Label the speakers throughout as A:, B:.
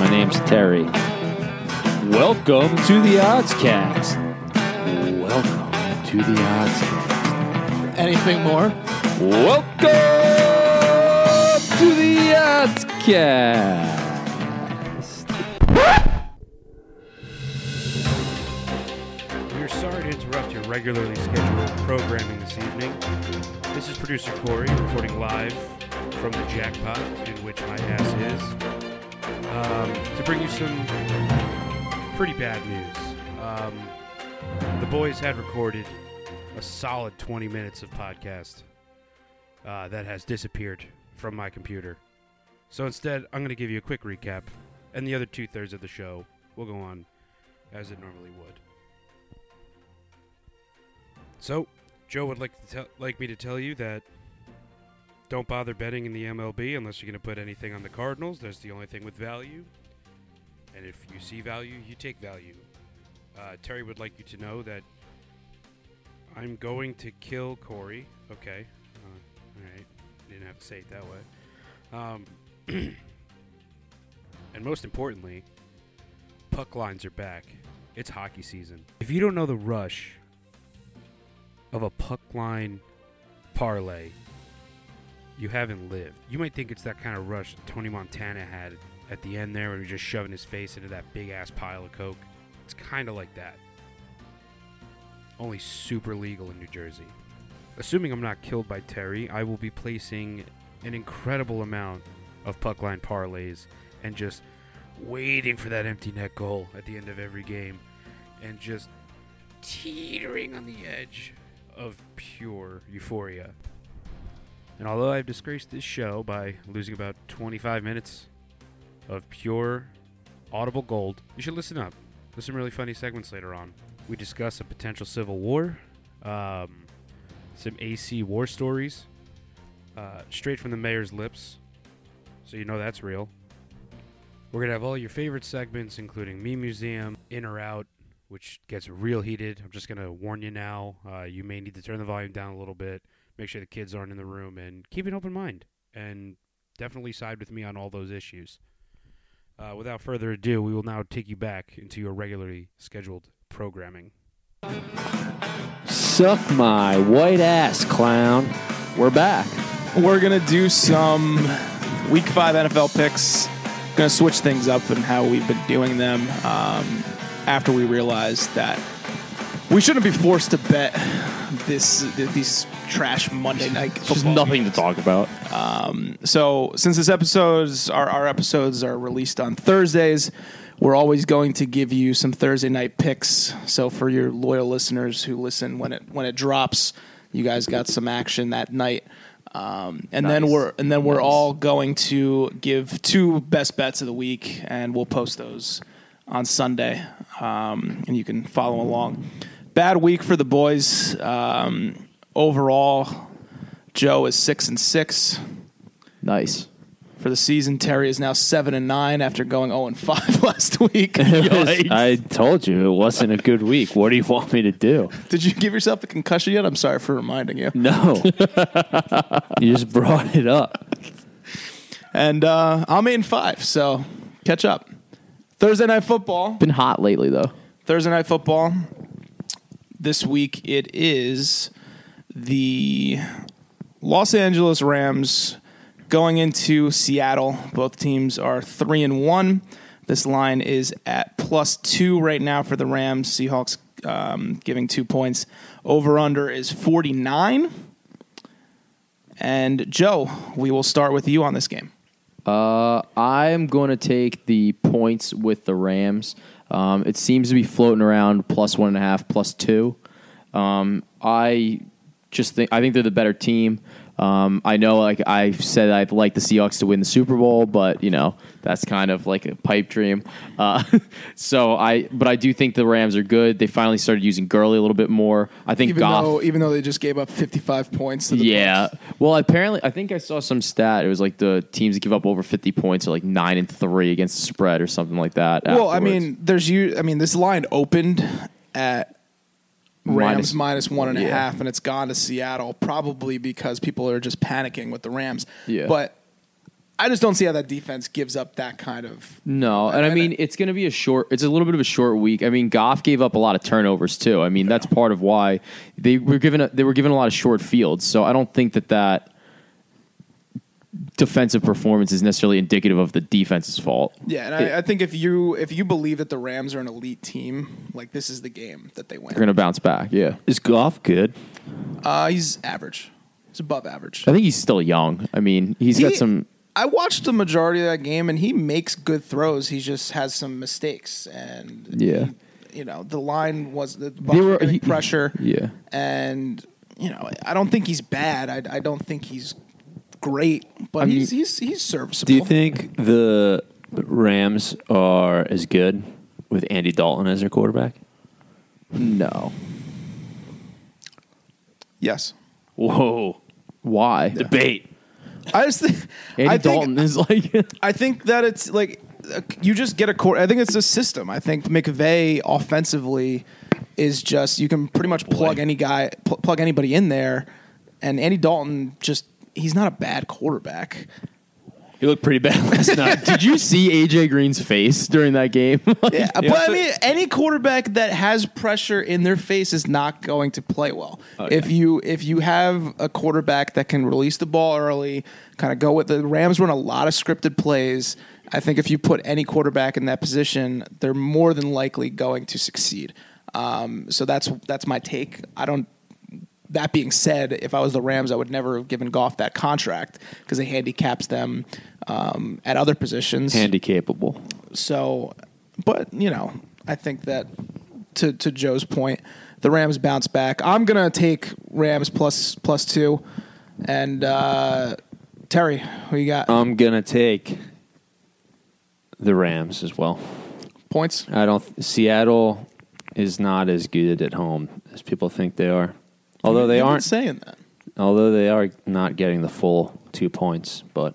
A: My name's Terry. Welcome to the Oddscast. Welcome to the Oddscast.
B: Anything more?
A: Welcome to the Oddscast.
C: We are sorry to interrupt your regularly scheduled programming this evening. This is producer Corey reporting live from the jackpot, in which my ass is, um, to bring you some pretty bad news. Um, the boys had recorded a solid 20 minutes of podcast uh, that has disappeared from my computer. So instead, I'm going to give you a quick recap, and the other two thirds of the show will go on as it normally would. So, Joe would like to tell, like me to tell you that don't bother betting in the MLB unless you're going to put anything on the Cardinals. That's the only thing with value. And if you see value, you take value. Uh, Terry would like you to know that I'm going to kill Corey. Okay. Uh, all right. Didn't have to say it that way. Um, and most importantly, puck lines are back. It's hockey season. If you don't know the rush of a puck line parlay, you haven't lived. You might think it's that kind of rush that Tony Montana had at the end there, where he was just shoving his face into that big ass pile of coke. It's kind of like that, only super legal in New Jersey. Assuming I'm not killed by Terry, I will be placing an incredible amount of puck line parlays and just waiting for that empty net goal at the end of every game and just teetering on the edge of pure euphoria. And although I've disgraced this show by losing about 25 minutes of pure audible gold, you should listen up. There's some really funny segments later on. We discuss a potential civil war, um, some AC war stories, uh, straight from the mayor's lips, so you know that's real. We're going to have all your favorite segments, including Meme Museum, In or Out, which gets real heated. I'm just going to warn you now. Uh, you may need to turn the volume down a little bit. Make sure the kids aren't in the room and keep an open mind. And definitely side with me on all those issues. Uh, without further ado, we will now take you back into your regularly scheduled programming.
A: Suck my white ass, clown. We're back.
B: We're gonna do some Week Five NFL picks. Gonna switch things up and how we've been doing them. Um, after we realized that we shouldn't be forced to bet this these trash Monday night.
A: There's
B: football
A: nothing to
B: games.
A: talk about.
B: So since this episodes our, our episodes are released on Thursdays, we're always going to give you some Thursday night picks. So for your loyal listeners who listen when it when it drops, you guys got some action that night. Um, and then
A: Nice.
B: we're and then we're
A: Nice.
B: all going to give two best bets of the week, and we'll post those on Sunday, um, and you can follow along. Bad week for the boys um, overall. Joe is six and six
A: Nice.
B: for the season. Terry is now seven and nine after going zero and five last week.
A: I told you it wasn't a good week. What do you want me to do?
B: Did you give yourself a concussion yet? I'm sorry for reminding you.
A: No. you just brought it up.
B: And uh, I'm eight and five, so catch up. Thursday night football.
D: Been hot lately though.
B: Thursday night football. This week it is the Los Angeles Rams going into Seattle. Both teams are three and one. This line is at plus two right now for the Rams. Seahawks um, giving two points. Over under is forty nine. And Joe, we will start with you on this game.
D: Uh, I'm going to take the points with the Rams. Um, it seems to be floating around plus one and a half, plus two. Um, I just think I think they're the better team. Um, I know, like I said, I'd like the Seahawks to win the Super Bowl, but you know that's kind of like a pipe dream. Uh, so I, but I do think the Rams are good. They finally started using Gurley a little bit more. I think Goff.
B: even though they just gave up fifty five points. To
D: Yeah. Well, apparently, I think I saw some stat. It was like the teams that give up over 50 points are like 9 and 3 against the spread or something like that.
B: Well, I mean, there's you. I mean, this line opened at Rams minus,
D: Minus-
B: minus one and a half,
D: yeah.
B: and it's gone to Seattle probably because people are just panicking with the Rams.
D: Yeah.
B: But I just don't see how that defense gives up that kind of.
D: No, and I mean it's going to be a short. It's a little bit of a short week. I mean, Goff gave up a lot of turnovers too. I mean, that's part of why they were given a, they were given a lot of short fields. So I don't think that that defensive performance is necessarily indicative of the defense's fault.
B: Yeah, and
D: It-
B: I, I think if you if you believe that the Rams are an elite team, like this is the game that they win.
D: they're going to bounce back. Yeah,
A: Is Goff good?
B: Uh, he's average. He's above average.
D: I think he's still young. I mean, he's got
B: He-
D: some.
B: I watched the majority of that game, and he makes good throws. He just has some mistakes, and
D: Yeah.
B: he- you know the line was the
D: They were-
B: getting
D: he-
B: pressure.
D: Yeah.
B: and you know I don't think he's bad. I, I don't think he's great, but
D: I mean-
B: he's, he's he's serviceable.
A: Do you think the Rams are as good with Andy Dalton as their quarterback?
D: No,
B: Yes,
A: Whoa.
D: why?
A: Debate.
B: I just think
D: Andy
B: I think,
D: Dalton is like
B: I think that it's like uh, you just get a core. I think it's a system. I think McVay offensively is just you can pretty much plug any guy, pl- plug anybody in there, and Andy Dalton just he's not a bad quarterback.
A: He looked pretty bad last night.
D: Did you see AJ Green's face during that game? Like,
B: Yeah,
A: Yeah,
B: but I
A: so-
B: mean, any quarterback that has pressure in their face is not going to play well.
A: Oh,
B: If you if you have a quarterback that can release the ball early, kind of go with the Rams run a lot of scripted plays. I think if you put any quarterback in that position, they're more than likely going to succeed. Um, so that's that's my take. I don't. That being said, if I was the Rams, I would never have given Goff that contract because it handicaps them um, at other positions.
A: Handy capable.
B: So, but you know, I think that to to Joe's point, the Rams bounce back. I'm gonna take Rams plus plus two, and uh, Terry, who you got
A: I'm going to take the Rams as well.
B: points?
A: I don't. Seattle is not as good at home as people think they are. Although they
B: You've been
A: aren't.
B: saying that.
A: Although they are not getting the full two points, but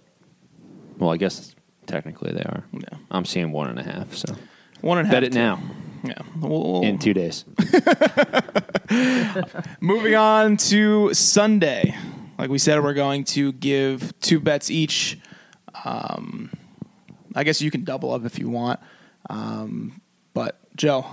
A: well, I guess technically they are.
B: Yeah.
A: I'm seeing one and a half. So
B: One and a half.
A: bet it now
B: Yeah. We'll-
A: in two days.
B: Moving on to Sunday. Like we said, we're going to give two bets each. Um, I guess you can double up if you want. Um, but Joe,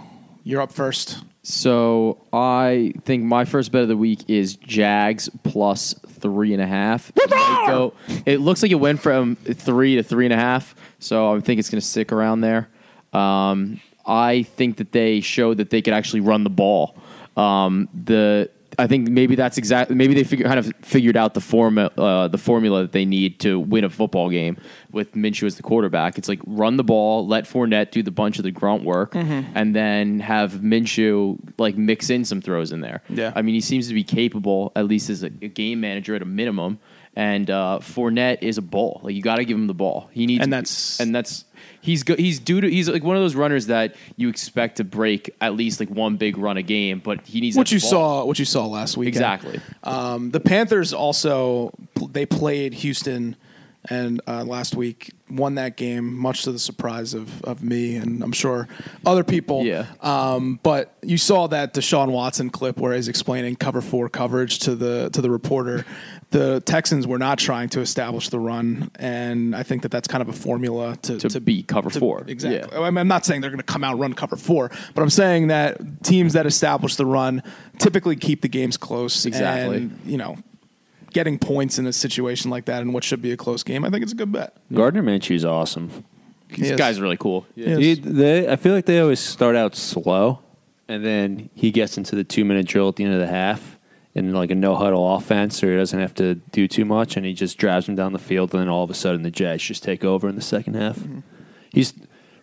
B: you're up first.
D: So I think my first bet of the week is Jags plus three and a half. It,
B: ah!
D: might go- it looks like it went from three to three and a half. So I think it's going to stick around there. Um, I think that they showed that they could actually run the ball. Um, the I think maybe that's exactly maybe they figure, kind of figured out the forma uh, the formula that they need to win a football game with Minshew as the quarterback. It's like run the ball, let Fournette do the bunch of the grunt work, and then have Minshew like mix in some throws in there.
B: Yeah.
D: I mean he seems to be capable at least as a, a game manager at a minimum. And uh, Fournette is a bull. Like you got to give him the ball. He needs
B: And that's-
D: and that's he's go, he's due to he's like one of those runners that you expect to break at least like one big run a game, but he needs
B: what
D: that
B: you
D: ball.
B: saw what you saw last week
D: Exactly.
B: um, the panthers also pl- they played houston and uh, last week won that game much to the surprise of, of me and i'm sure other people
D: Yeah.
B: um, but you saw that deshaun watson clip where he's explaining cover four coverage to the to the reporter the texans were not trying to establish the run and i think that that's kind of a formula to,
D: to, be cover
B: to-
D: four.
B: Exactly.
D: Yeah.
B: I mean, I'm not saying they're going to come out and run cover four, but I'm saying that teams that establish the run typically keep the games close.
D: Exactly.
B: And, you know, getting points in a situation like that in what should be a close game, I think it's a good bet.
A: Gardner Minshew's awesome.
D: This
B: Yes.
D: guy's really cool.
B: Yes.
A: He- they, I feel like they always start out slow, and then he gets into the two minute drill at the end of the half, in like a no huddle offense, or he doesn't have to do too much, and he just drives them down the field, and then all of a sudden the Jags just take over in the second half.
B: Mm-hmm.
A: He's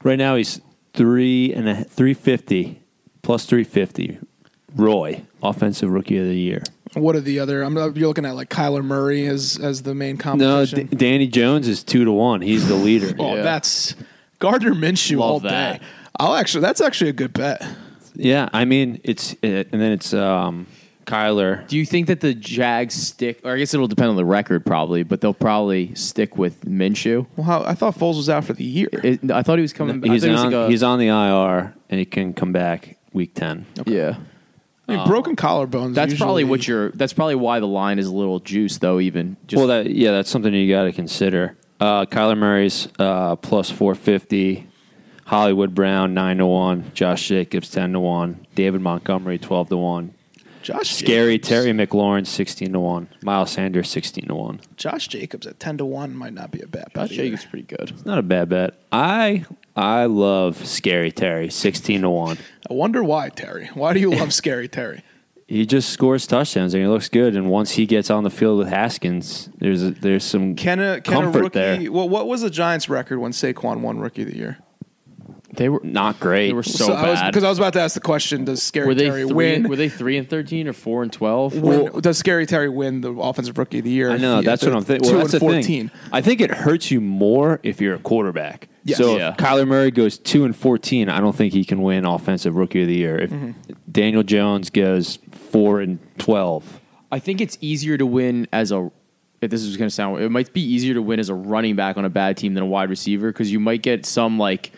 A: right now he's three and a three fifty plus three fifty. Roy, offensive rookie of the year.
B: What are the other? I'm not, you're looking at like Kyler Murray as as the main
A: No,
B: competition.
A: D- Danny Jones is two to one. He's the leader.
B: oh,
D: yeah.
B: that's Gardner Minshew
D: Love
B: all
D: that.
B: day. I'll actually, that's actually a good bet.
A: Yeah, I mean it's it, and then it's um, Kyler.
D: Do you think that the Jags stick? Or I guess it'll depend on the record, probably, but they'll probably stick with Minshew.
B: Well, how, I thought Foles was out for the year.
D: It- I thought he was coming. back.
A: He's
D: I thought he was
A: on,
D: like a-
A: he's on the IR and he can come back week 10.
D: Yeah,
B: I mean, broken collarbones.
D: that's probably
B: usually-
D: what you're. That's probably why the line is a little juice, though. Even just
A: well, that yeah, that's something you got to consider. Uh, Kyler Murray's uh, plus 450. Hollywood Brown, 9 to 1. Josh Jacobs, 10 to 1. David Montgomery, 12 to 1.
B: Josh
A: Scary
B: Jacobs.
A: Terry McLaurin, 16 to 1. Miles Sanders, 16 to 1.
B: Josh Jacobs at ten to one might not be a bad bet.
D: Josh
B: either.
D: Jacobs pretty good.
A: Not a bad bet. I I love Scary Terry, 16 to 1.
B: I wonder why Terry. Why do you love Scary Terry?
A: He just scores touchdowns and he looks good. And once he gets on the field with Haskins, there's a, there's some
B: Can a can
A: comfort
B: a rookie?
A: there.
B: Well, what was the Giants' record when Saquon won Rookie of the Year?
D: They were
A: Not great.
D: They were so
B: I
D: bad.
B: because I was about to ask the question: Does Scary
D: were they
B: Terry
D: three,
B: win?
D: were they three and thirteen or four and twelve?
B: win- does Scary Terry win the Offensive Rookie of the Year?
A: I know
B: if-
A: that's
B: if
A: what I'm
B: they're
A: thinking. Well,
B: Two
A: that's
B: and
A: the
B: fourteen.
A: thing. I think it hurts you more if you're a quarterback.
B: Yes.
A: So
D: Yeah.
A: if Kyler Murray goes two and fourteen, I don't think he can win Offensive Rookie of the Year. If
B: Mm-hmm.
A: Daniel Jones goes four and twelve,
D: I think it's easier to win as a. If this is going to sound, it might be easier to win as a running back on a bad team than a wide receiver because you might get some like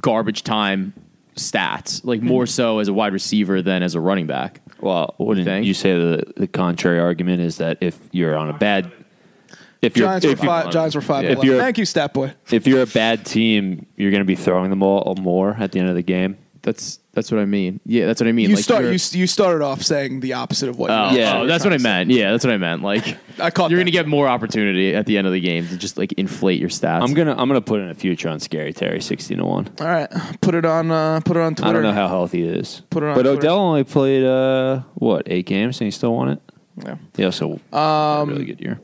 D: garbage time stats, like more so as a wide receiver than as a running back.
A: well, wouldn't
D: think?
A: you say the the contrary argument is that if you're on a bad, if you're
B: Giants were
A: if, you-
B: five. Giants were five.
A: Yeah.
B: and
A: If you're-
B: eleven. Thank you, Stat Boy.
A: if you're a bad team, you're going to be throwing the ball more at the end of the game.
D: That's that's what I mean. Yeah, that's what I mean.
B: You
D: Like,
B: start.
D: you're-
B: You, you started off saying the opposite of what. you
D: Oh,
B: were
A: Yeah.
D: oh, that's what I meant. Yeah, that's what I meant. Like,
B: I caught
D: you're
B: that.
D: going to get more opportunity at the end of the game to just like inflate your stats.
A: I'm gonna I'm gonna put in a future on Scary Terry sixteen to one.
B: All right, put it on. Uh, put it on Twitter.
A: I don't know how healthy it is.
B: Put it on
A: but
B: Twitter.
A: Odell only played uh, what eight games and he still won it.
B: Yeah.
A: He also um, a really good year.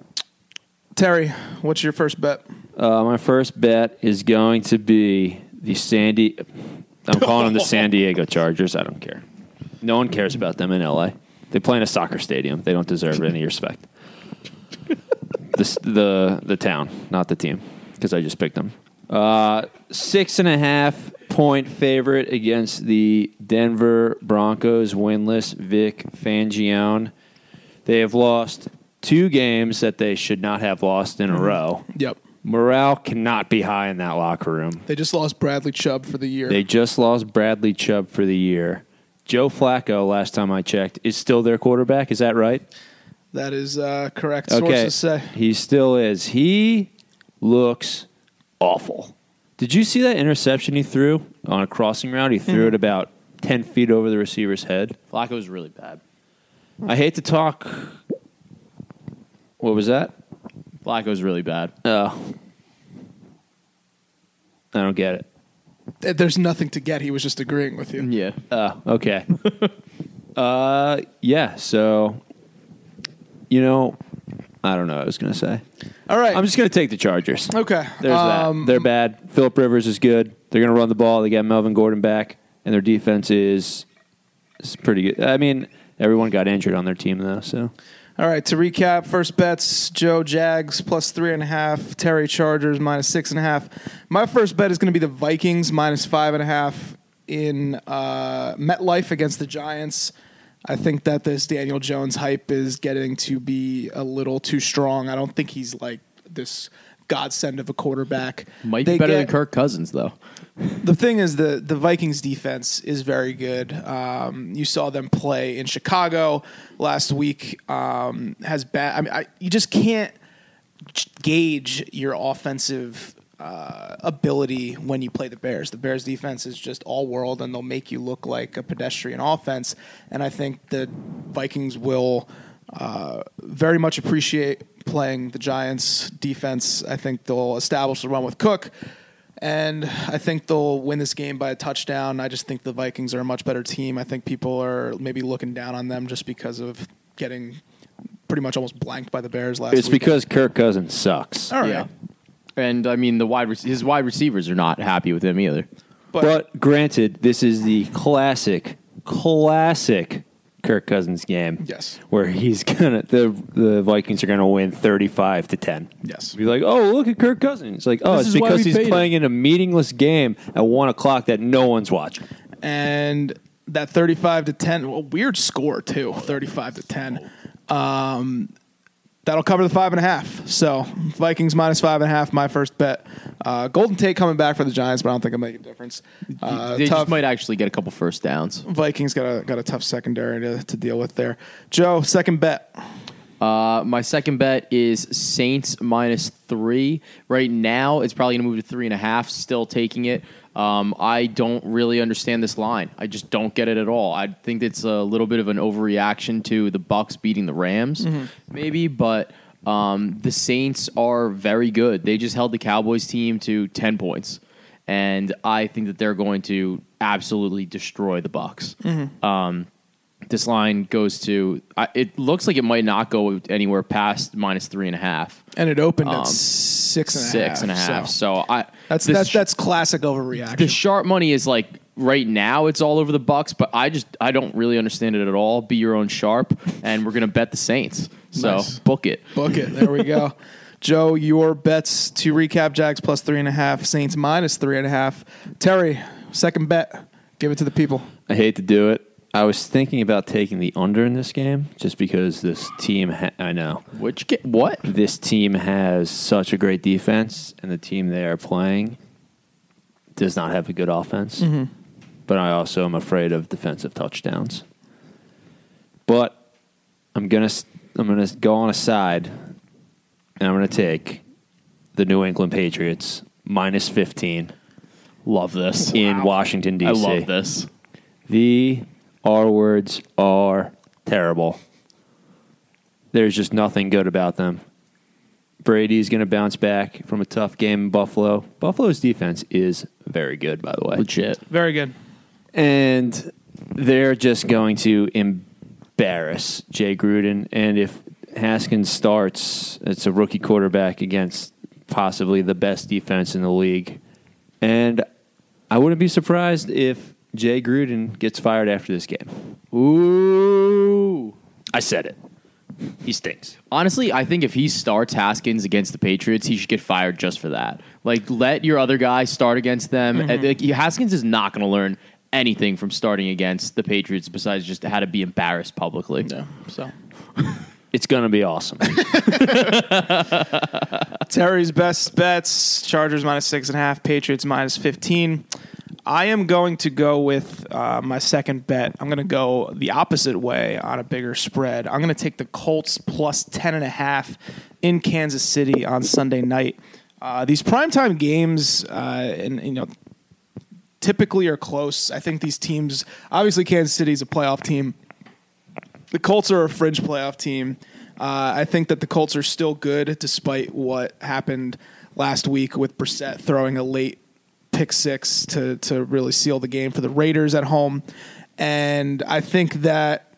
B: Terry, what's your first bet?
A: Uh, my first bet is going to be the Sandy. I'm calling them the San Diego Chargers. I don't care. No one cares about them in LA. They play in a soccer stadium. They don't deserve any respect. the, s- the the town, not the team, because I just picked them. Uh, six and a half point favorite against the Denver Broncos, winless Vic Fangione. They have lost two games that they should not have lost in a row.
B: Yep.
A: Morale cannot be high in that locker room.
B: They just lost Bradley Chubb for the year.
A: They just lost Bradley Chubb for the year. Joe Flacco, last time I checked, is still their quarterback. Is that right?
B: that is uh, correct. Sources say.
A: He still is. He looks awful. Did you see that interception he threw on a crossing route? He
B: Mm-hmm.
A: threw it about 10 feet over the receiver's head.
D: Flacco's really bad.
A: I hate to talk. What was that?
D: Flacco's really bad.
A: Oh. I don't get it.
B: Th- eh, There's nothing to get. He was just agreeing with you.
D: Yeah.
A: Oh, okay. uh, yeah. So, you know, I don't know. What I was gonna say.
B: All right.
A: I'm just gonna take the Chargers.
B: okay.
A: There's
B: Um,
A: that. They're bad. Philip Rivers is good. They're gonna run the ball. They got Melvin Gordon back, and their defense is is pretty good. I mean, everyone got injured on their team though, so
B: All right, to recap, first bets Joe Jags plus three and a half, Terry Chargers minus six and a half. My first bet is going to be the Vikings minus five and a half in uh, MetLife against the Giants. I think that this Daniel Jones hype is getting to be a little too strong. I don't think he's like this godsend of a quarterback.
D: Might
B: They
D: be better
B: get-
D: than Kirk Cousins though.
B: the thing is the the Vikings defense is very good. Um, you saw them play in Chicago last week. Um, has bad. I mean, I, you just can't j- gauge your offensive uh, ability when you play the Bears. The Bears defense is just all world, and they'll make you look like a pedestrian offense. And I think the Vikings will uh, very much appreciate playing the Giants defense. I think they'll establish the run with Cook. And I think they'll win this game by a touchdown. I just think the Vikings are a much better team. I think people are maybe looking down on them just because of getting pretty much almost blanked by the Bears last.
A: it's
B: weekend.
A: because Kirk Cousins sucks.
B: all right,
D: Yeah. And I mean the wide rec- his wide receivers are not happy with him either.
B: but,
A: But granted, this is the classic, classic Kirk Cousins game.
B: Yes.
A: Where he's gonna the the Vikings are gonna win thirty five to ten.
B: Yes.
A: Be like, oh look at Kirk Cousins. It's like, oh,
D: This
A: it's
D: is why
A: because
D: we
A: he's
D: paid him.
A: playing in a meaningless game at one o'clock that no one's watching.
B: and that 35 to 10 well, weird score too 35 to 10 um, that'll cover the five and a half so vikings minus five and a half my first bet uh, golden tate coming back for the giants but i don't think it'll make a difference uh,
D: they
B: tough
D: just might actually get a couple first downs.
B: vikings got a, got a tough secondary to, to deal with there joe second bet
D: Uh, my second bet is Saints minus three. Right now, it's probably going to move to three and a half. Still taking it. Um, I don't really understand this line. I just don't get it at all. I think it's a little bit of an overreaction to the Bucks beating the Rams, maybe, but. Um, the Saints are very good. They just held the Cowboys team to ten points and I think that they're going to absolutely destroy the Bucks. Um, this line goes to. I, it looks like it might not go anywhere past minus three and a half,
B: and it opened
D: Um,
B: at six and a half.
D: six and a half.
B: So
D: So, I
B: that's
D: this-
B: that's that's classic overreaction.
D: the sharp money is like right now it's all over the Bucks, but I just I don't really understand it at all. Be your own sharp, and we're gonna bet the Saints. So
B: Nice.
D: book it.
B: Book it. There we go. Joe, your bets to recap: Jags plus three and a half, Saints minus three and a half. Terry, second bet. Give it to the people.
A: I hate to do it. I was thinking about taking the under in this game just because this team. Ha- I know
D: Which ga- what?
A: this team has such a great defense, and the team they are playing does not have a good offense. But I also am afraid of defensive touchdowns. But I'm gonna s- I'm gonna go on a side, and I'm gonna take the New England Patriots minus 15
D: Love this.
A: in Washington D.C.
D: I love this.
A: The R words are terrible. There's just nothing good about them. Brady's going to bounce back from a tough game in Buffalo. Buffalo's defense is very good, by the way.
D: Legit.
B: Very good.
A: And they're just going to embarrass Jay Gruden. And if Haskins starts, it's a rookie quarterback against possibly the best defense in the league. And I wouldn't be surprised if Jay Gruden gets fired after this game.
D: Ooh.
A: I said it. He stinks.
D: Honestly, I think if he starts Haskins against the Patriots, he should get fired just for that. Like, let your other guy start against them. And, like, Haskins is not going to learn anything from starting against the Patriots besides just how to be embarrassed publicly.
B: So
A: It's going to be awesome.
B: Terry's best bets: Chargers minus six and a half, Patriots minus fifteen. I am going to go with uh, my second bet. I'm going to go the opposite way on a bigger spread. I'm going to take the Colts plus ten and a half in Kansas City on Sunday night. Uh, these primetime games, uh, and you know, typically are close. I think these teams, obviously, Kansas City's a playoff team. The Colts are a fringe playoff team. Uh, I think that the Colts are still good despite what happened last week with Brissett throwing a late pick six to to really seal the game for the Raiders at home. And I think that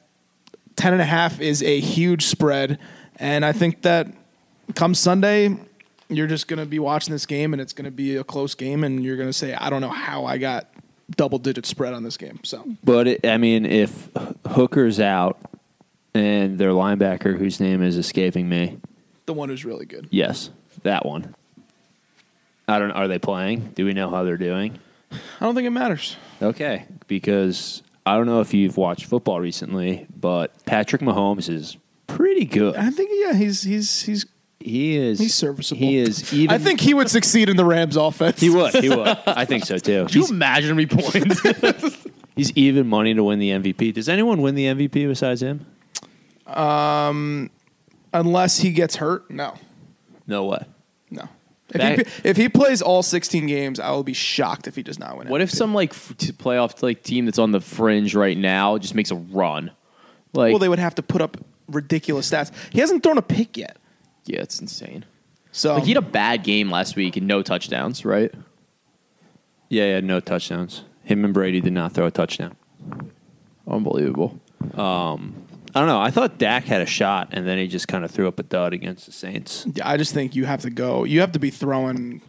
B: ten and a half is a huge spread, and I think that come Sunday, you're just going to be watching this game, and it's going to be a close game, and you're going to say, I don't know how I got double digit spread on this game. So
A: but, it, I mean, if Hooker's out and their linebacker, whose name is escaping me,
B: the one who's really good.
A: yes, that one. I don't Are they playing? Do we know how they're doing?
B: I don't think it matters.
A: Okay. Because I don't know if you've watched football recently, but Patrick Mahomes is pretty good.
B: I think yeah, he's he's he's
A: He is.
B: he's serviceable.
A: He is even.
B: I think he would succeed in the Rams offense.
A: He would. He would. I think so, too.
D: Could you imagine me points?
A: He's even money to win the MVP. Does anyone win the MVP besides him?
B: unless he gets hurt. No,
A: No way.
B: no. If,
A: That-
B: he, if he plays all 16 games, I will be shocked if he does not win.
D: what if
B: MVP.
D: some like f- t- playoff like team that's on the fringe right now just makes a run? Like,
B: Well, they would have to put up ridiculous stats. He hasn't thrown a pick yet,
D: yeah, it's insane.
B: so
D: like, he had a bad game last week and no touchdowns, right?
A: Yeah, yeah, no touchdowns. Him and Brady did not throw a touchdown. Um,
D: Unbelievable.
A: I don't know. I thought Dak had a shot, and then he just kind of threw up a dud against the Saints.
B: Yeah, I just think you have to go. You have to be throwing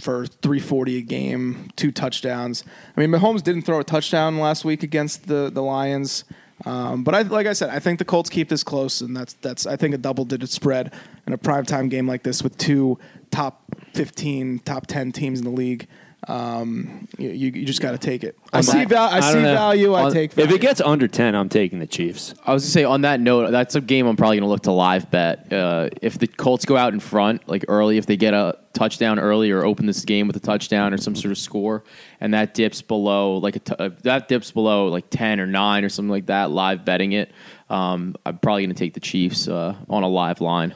B: for 340 a game, two touchdowns. I mean, Mahomes didn't throw a touchdown last week against the the Lions. Um, but I, like I said, I think the Colts keep this close, and that's that's I think a double digit spread. in a primetime game like this with two top 15, top 10 teams in the league. Um, you, you you just got to take it. I
A: I'm
B: see,
A: not-
B: val- I
A: don't
B: see
A: know.
B: value. I
A: On-
B: take
A: If
B: value.
A: it gets under 10, I'm taking the Chiefs.
D: I was gonna say on that note, that's a game I'm probably gonna look to live bet. Uh, if the Colts go out in front, like early, if they get a touchdown early or open this game with a touchdown or some sort of score, and that dips below like a t- uh, that dips below like ten or nine or something like that, live betting it, um, I'm probably gonna take the Chiefs uh, on a live line.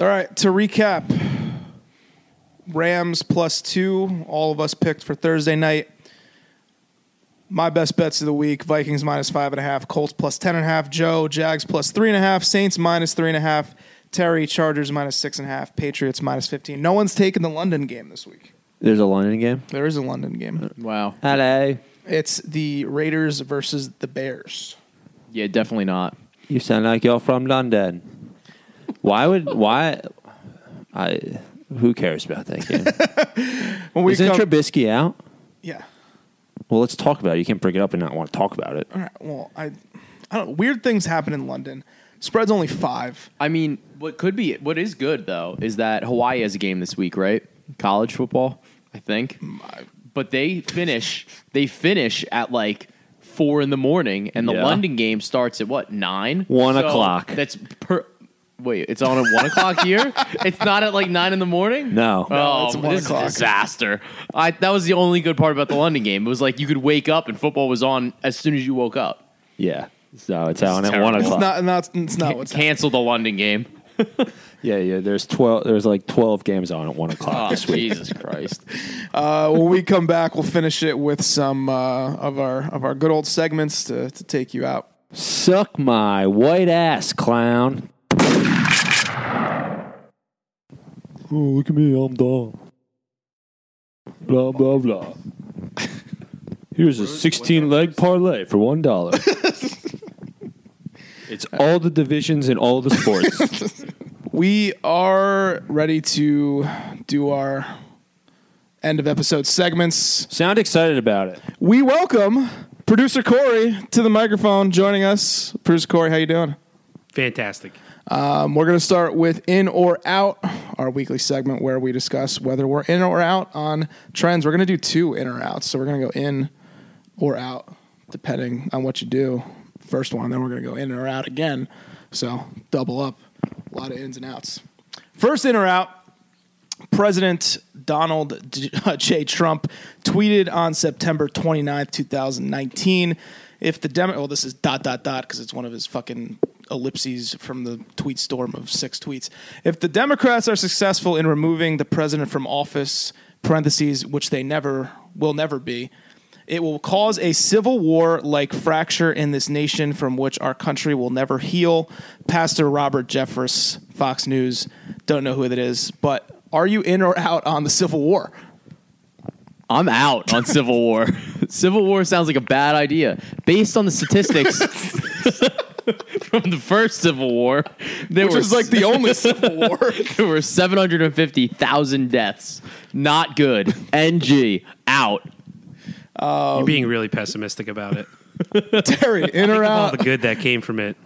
B: All right, to recap Rams plus two, all of us picked for Thursday night. My best bets of the week Vikings minus five and a half, Colts plus ten and a half, Joe, Jags plus three and a half, Saints minus three and a half, Terry, Chargers minus six and a half, Patriots minus 15. No one's taken the London game this week.
A: There's a London game.
B: There is a London game.
D: Wow.
A: Hello.
B: It's the Raiders versus the Bears.
D: Yeah, definitely not.
A: You sound like you're from London. Why would why? I who cares about that game?
B: When we
A: Isn't
B: come-
A: Trubisky out?
B: yeah.
A: Well, let's talk about it. You can't bring it up and not want to talk about it.
B: All right. Well, I, I don't. Weird things happen in London. Spread's only five.
D: I mean, what could be, what is good though, is that Hawaii has a game this week, right? College football, I think. But they finish, they finish at like four in the morning, and the
A: Yeah.
D: London game starts at what nine?
A: One o'clock.
D: That's per. Wait, it's on at one o'clock here. It's not at like nine in the morning.
A: No.
D: Oh,
B: it's
D: this
B: one
D: is a
B: o'clock.
D: disaster! I that was the only good part about the London game. It was like you could wake up and football was on as soon as you woke up.
A: Yeah. So it's out at
D: terrible.
A: one
D: It's
B: It's
A: o'clock.
B: not. Not. It's
A: Oh,
B: not what's
D: Cancel the London game.
A: yeah, yeah. There's twelve. There's like twelve games on at one o'clock
D: Oh,
A: this week.
D: Jesus Christ!
B: Uh, when we come back, we'll finish it with some uh, of our of our good old segments to, to take you out.
A: Suck my white ass, clown. Oh, look at me, I'm dumb. Blah blah blah. Here's a 16 leg parlay for one dollar. it's all the divisions in all the sports.
B: We are ready to do our end of episode segments.
A: Sound excited about it?
B: We welcome producer Corey to the microphone, joining us. Producer Corey, how you doing?
C: Fantastic.
B: Um, we're going to start with in or out, our weekly segment where we discuss whether we're in or out on trends. We're going to do two in or outs, so we're going to go in or out depending on what you do. First one, then we're going to go in or out again. So double up, a lot of ins and outs. First in or out, President Donald uh, J. Trump tweeted on September 29th, 2019. If the Demo, well, this is dot dot dot because it's one of his fucking ellipses from the tweet storm of six tweets. If the Democrats are successful in removing the president from office, parentheses, which they never will never be, it will cause a civil war like fracture in this nation from which our country will never heal. Pastor Robert Jeffress, Fox News. Don't know who that is, but are you in or out on the Civil War?
D: I'm out on Civil War. Civil War sounds like a bad idea. Based on the statistics from the first Civil War, there
B: Which
D: were
B: was like the only Civil War.
D: there were 750,000 deaths. Not good. NG out.
E: You're being really pessimistic about it.
B: Terry, in or
E: All
B: out?
E: the good that came from it.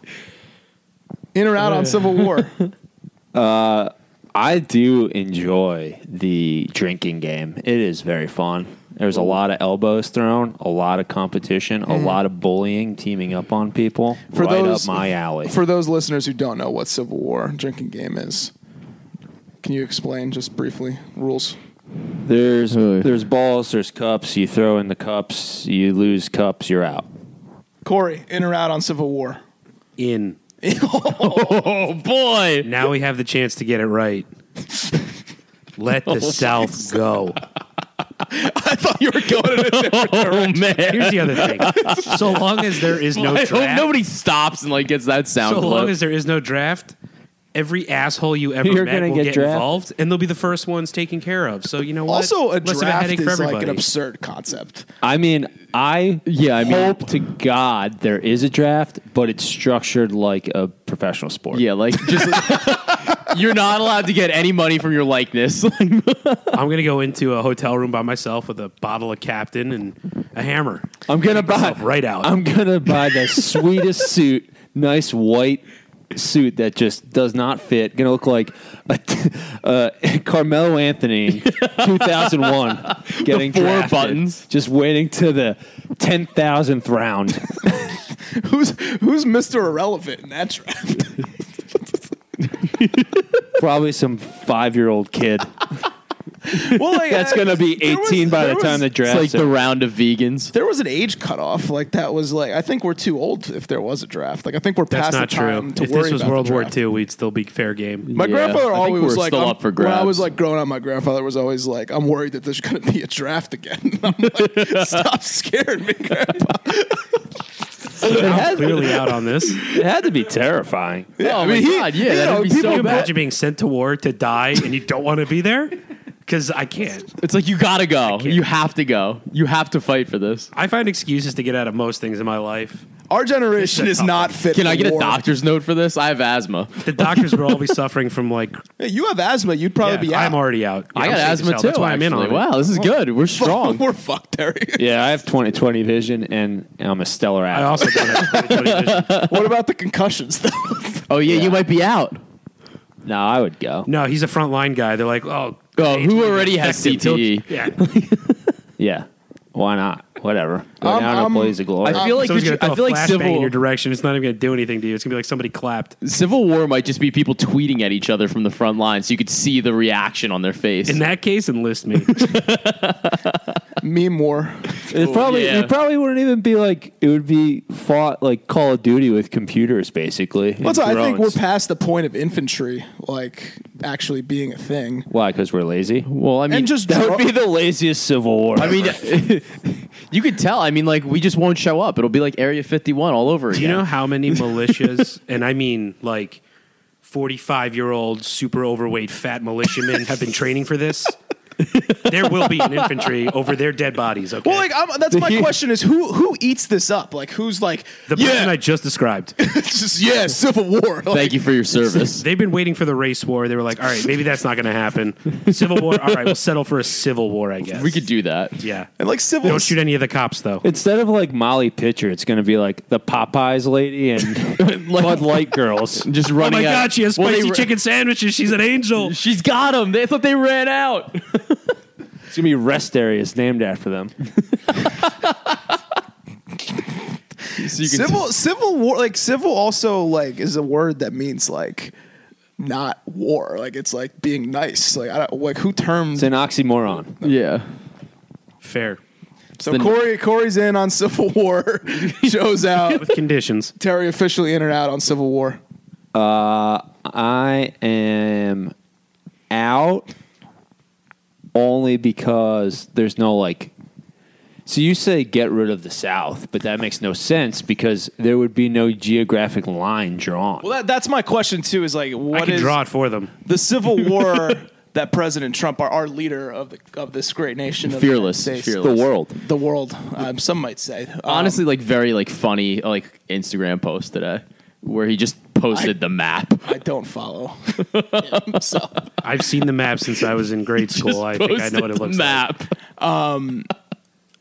B: In or out on Civil War?
A: I do enjoy the drinking game. It is very fun. There's a lot of elbows thrown, a lot of competition, a lot of bullying, teaming up on people.
B: Mm. For
A: right
B: those-
A: up my alley.
B: For those listeners who don't know what Civil War drinking game is, can you explain just briefly rules?
A: There's
D: Really?
A: there's balls, there's cups. You throw in the cups, you lose cups, you're out.
B: Corey, in or out on Civil War?
E: In.
D: Oh boy.
E: Now we have the chance to get it right. Let
B: Oh
E: the South go.
B: I thought you were going in a different
D: Oh man.
E: Here's the other thing. So long as there is no
D: I hope
E: draft,
D: nobody stops and like gets that sound
E: so long
D: clip.
E: as there is no draft, every asshole you ever
A: You're
E: met
A: gonna
E: will
A: get
E: get,
A: drafted.
E: involved, and they'll be the first ones taken care of. So you know what?
B: Also, a
E: Less of a
B: draft
E: headache
B: is
E: for
B: like
E: everybody.
B: an absurd concept.
A: I mean, I yeah, I hope to God there is a draft, but it's structured like a professional sport.
D: yeah, like just You're not allowed to get any money from your likeness.
E: I'm gonna go into a hotel room by myself with a bottle of Captain and a hammer.
A: I'm gonna buy
E: myself right out.
A: I'm gonna buy the sweetest suit, nice white suit that just does not fit. Going to look like a t- uh, Carmelo Anthony, in 2001, getting
D: four
A: drafted,
D: buttons.
A: just waiting to the 10,000th round.
B: Who's who's Mr. Irrelevant in that draft?
A: Probably some five year old kid
B: Well, like,
A: that's
B: uh,
A: going to be
B: there was-
A: 18 by
B: there
A: the time
B: was-
A: the
D: It's
A: draft.
D: like the round of vegans.
B: there was an age cutoff. Like that was like I think we're too old if there was a draft. Like I think we're
E: That's
B: past
E: not
B: the
E: true.
B: time to
E: If
B: worry
E: this was
B: about the
E: World War
B: draft.
E: II, we'd still be fair game.
B: My
D: Yeah, I
B: grandfather
D: think
B: always
D: we're
B: was like
D: still
B: I'm-
D: up for
B: when I was
D: grabs.
B: like growing up, my grandfather was always like, "I'm worried that there's going to be a draft again." I'm like, Stop scaring me, grandpa.
A: it,
E: I'm
A: had,
E: clearly out on this.
A: it had to be terrifying.
B: Yeah,
D: oh
B: I
D: my
B: mean, he-
D: god,
B: you
D: yeah, that'd
B: know,
D: be
E: Can
D: so
E: you
D: bad.
E: imagine being sent to war to die and you don't want to be there? Because I can't.
D: It's like you gotta go. You have to go. You have to fight for this.
E: I find excuses to get out of most things in my life.
B: Our generation is
E: It's a tough
B: not fit.
D: Can I
B: for
D: get a
B: war.
D: doctor's note for this? I have asthma.
E: The doctors will all be suffering from like.
B: Hey, you have asthma. You'd probably
E: yeah,
B: be. Out.
E: I'm already out. Yeah,
D: I
E: I'm
D: got
E: sick as
D: asthma
E: hell.
D: too.
E: That's why I'm in on
D: actually.
E: it.
D: Wow, this is good. We're strong.
B: We're fucked, Terry.
A: Yeah, I have 20 20 vision and I'm a stellar
E: I
A: athlete.
E: also don't have 20/20 vision.
B: what about the concussions though?
D: Oh yeah, you might be out.
A: no, I would go.
E: No, he's a front line guy. They're like, oh,
D: Oh,
E: it's
D: who
E: really
D: already has E?
E: effective. He'll-
D: CTE?
E: Yeah,
A: Yeah. Why not? Whatever. Go
B: Um,
A: down and
B: um,
A: blaze of glory.
D: I feel like
E: Uh, someone's
D: the-
E: gonna throw
D: I feel
E: a
D: like
E: flashbang in
D: civil
E: your direction. It's not even gonna do anything to you. It's gonna be like somebody clapped.
D: civil war might just be people tweeting at each other from the front line, so you could see the reaction on their face.
E: In that case, enlist me.
B: me more.
A: It probably
D: yeah.
A: it probably wouldn't even be like it would be fought like Call of Duty with computers basically.
B: Well,
A: What's
B: so I think we're past the point of infantry like actually being a thing.
A: why? Because we're lazy.
D: well, I mean,
B: And just
A: That
B: dro-
A: would be the laziest civil war.
D: I mean, you could tell. I mean, like we just won't show up. It'll be like Area 51 all over
E: Do
D: again.
E: you know how many militias, and I mean like 45 year old, super overweight, fat militiamen have been training for this? there will be an infantry over their dead bodies, okay?
B: Well, like I'm, that's my
A: Yeah.
B: question is who who eats this up? Like who's like
E: the person I just described.
B: it's just yeah civil war. Like,
D: Thank you for your service.
E: They've been waiting for the race war. They were like, all right, maybe that's not going to happen. Civil war, all right, we'll settle for a civil war, I guess.
D: we could do that.
E: Yeah.
B: and like civil
E: Don't shoot any of the cops, though.
A: Instead of like Molly Pitcher, it's going to be like the Popeyes lady and Bud Light girls.
D: Just
E: Oh
D: running.
E: my
D: out.
E: God, she has
D: uh, Well,
E: spicy
D: they ra-
E: chicken sandwiches. She's an angel.
D: She's got them. They thought they ran out.
A: It's going to be rest areas named after them.
D: So you can
B: civil civil war like civil also like is a word that means like not war. Like it's like being nice. Like I don't, like who termed
A: It's an oxymoron.
D: t- yeah.
E: Fair.
B: so
D: the-
B: Corey Corey's in on civil war. Joe's out.
E: With conditions.
B: Terry officially in and out on civil war.
A: I am out only because there's no like. So you say get rid of the South, but that makes no sense because there would be no geographic line drawn.
B: Well, that, that's my question too. Is like what
E: I can
B: is-
E: draw it for them.
B: the Civil War that President Trump, our, our leader of the, of this great nation, of the United
D: Fearless.
B: States,
D: Fearless.
A: world.
B: the world, um, some might say. Um,
D: Honestly, like very like funny like Instagram post today where he just posted the map.
B: I don't follow. him, so.
E: I've seen the map since I was in grade school. I think I know what
D: Posted
E: it
D: the
E: looks like.
D: map.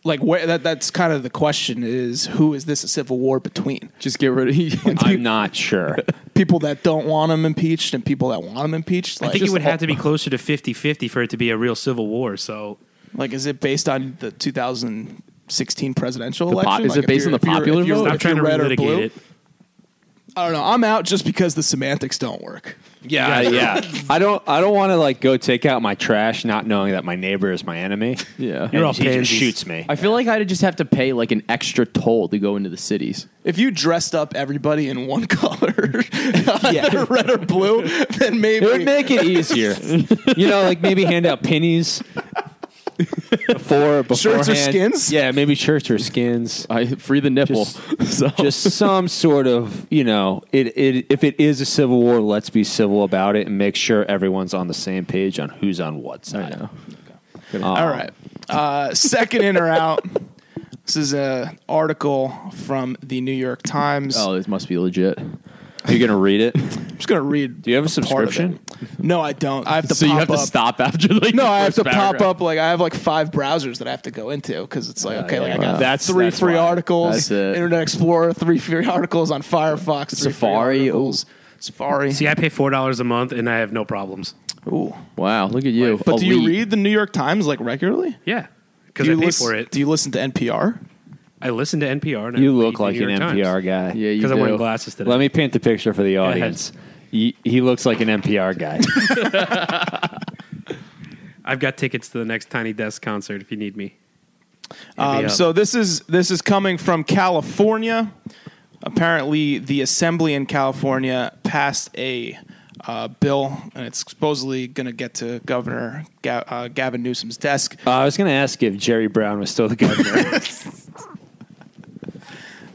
B: Like where that that's kind of the question is who is this a civil war between
D: Just get rid of.
A: I'm not sure.
B: people that don't want him impeached and people that want him impeached like
E: I think it
B: just
E: would
B: all-
E: have to be closer to 50 50 for it to be a real civil war. So
B: like is it based on the 2016 presidential
D: po-
B: election
D: is
B: Like,
D: it
B: if
D: based on
B: you're-
D: the
B: if you're- if
D: popular
B: you're-
D: vote?
B: Oh, if
E: I'm trying to
B: you're red or blue-
E: relitigate it.
B: I don't know I'm out just because the semantics don't work
A: Yeah, yeah. I don't. I don't want to like go take out my trash, not knowing that my neighbor is my enemy.
D: Yeah.
E: You're
A: And
E: all
A: he just
E: pansies.
A: shoots me.
D: I feel like I'd just have to pay like an extra toll to go into the cities.
B: If you dressed up everybody in one color, either red or blue, then maybe.
A: It would make it easier. you know, like maybe hand out pennies before beforehand.
B: skins?
A: Yeah, maybe shirts or skins.
D: I free the nipple. so
A: Just some sort of, you know, it, it if it is a civil war, let's be civil about it and make sure everyone's on the same page on who's on what
D: I
A: side.
D: know.
B: All right. Uh, second in or out. This is an article from the New York Times.
D: Oh, this must be legit.
A: Are you gonna read it?
B: I'm just going to read.
A: Do you have a
B: part of it.
A: subscription?
B: No, I don't. I have to
D: So
B: pop
D: you have
B: up.
D: to stop after like
B: No,
D: the
B: I have
D: first
B: to pop
D: paragraph.
B: up. Like, I have like five browsers that I have to go into because it's like, okay,
A: yeah,
B: like I got
A: that's-
B: three
A: that's
B: free
A: why.
B: articles,
D: That's it.
B: Internet Explorer, three free articles on Firefox, three free
D: Safari,
B: articles, Safari.
E: See, I pay four dollars a month and I have no problems.
B: Ooh.
D: Wow, look at you.
B: But do you
D: Elite.
B: read the New York Times like regularly?
E: Yeah,
B: Do
E: because I
B: you
E: pay
B: listen-
E: for it.
B: Do you listen to NPR?
E: I listen to NPR. And
A: You
E: I
A: look like
E: read the
A: an
E: New
A: NPR
E: York Times.
A: guy.
D: Yeah, you
E: Because I'm
D: do.
E: wearing glasses today.
A: Let me paint the picture for the
E: ahead.
A: audience. He, he looks like an NPR guy.
E: I've got tickets to the next Tiny Desk concert if you need me.
B: Um,
E: up.
B: so this is this is coming from California. Apparently, the assembly in California passed a uh, bill, and it's supposedly going to get to Governor Ga- uh, Gavin Newsom's desk.
A: Uh, I was going to ask if Jerry Brown was still the governor.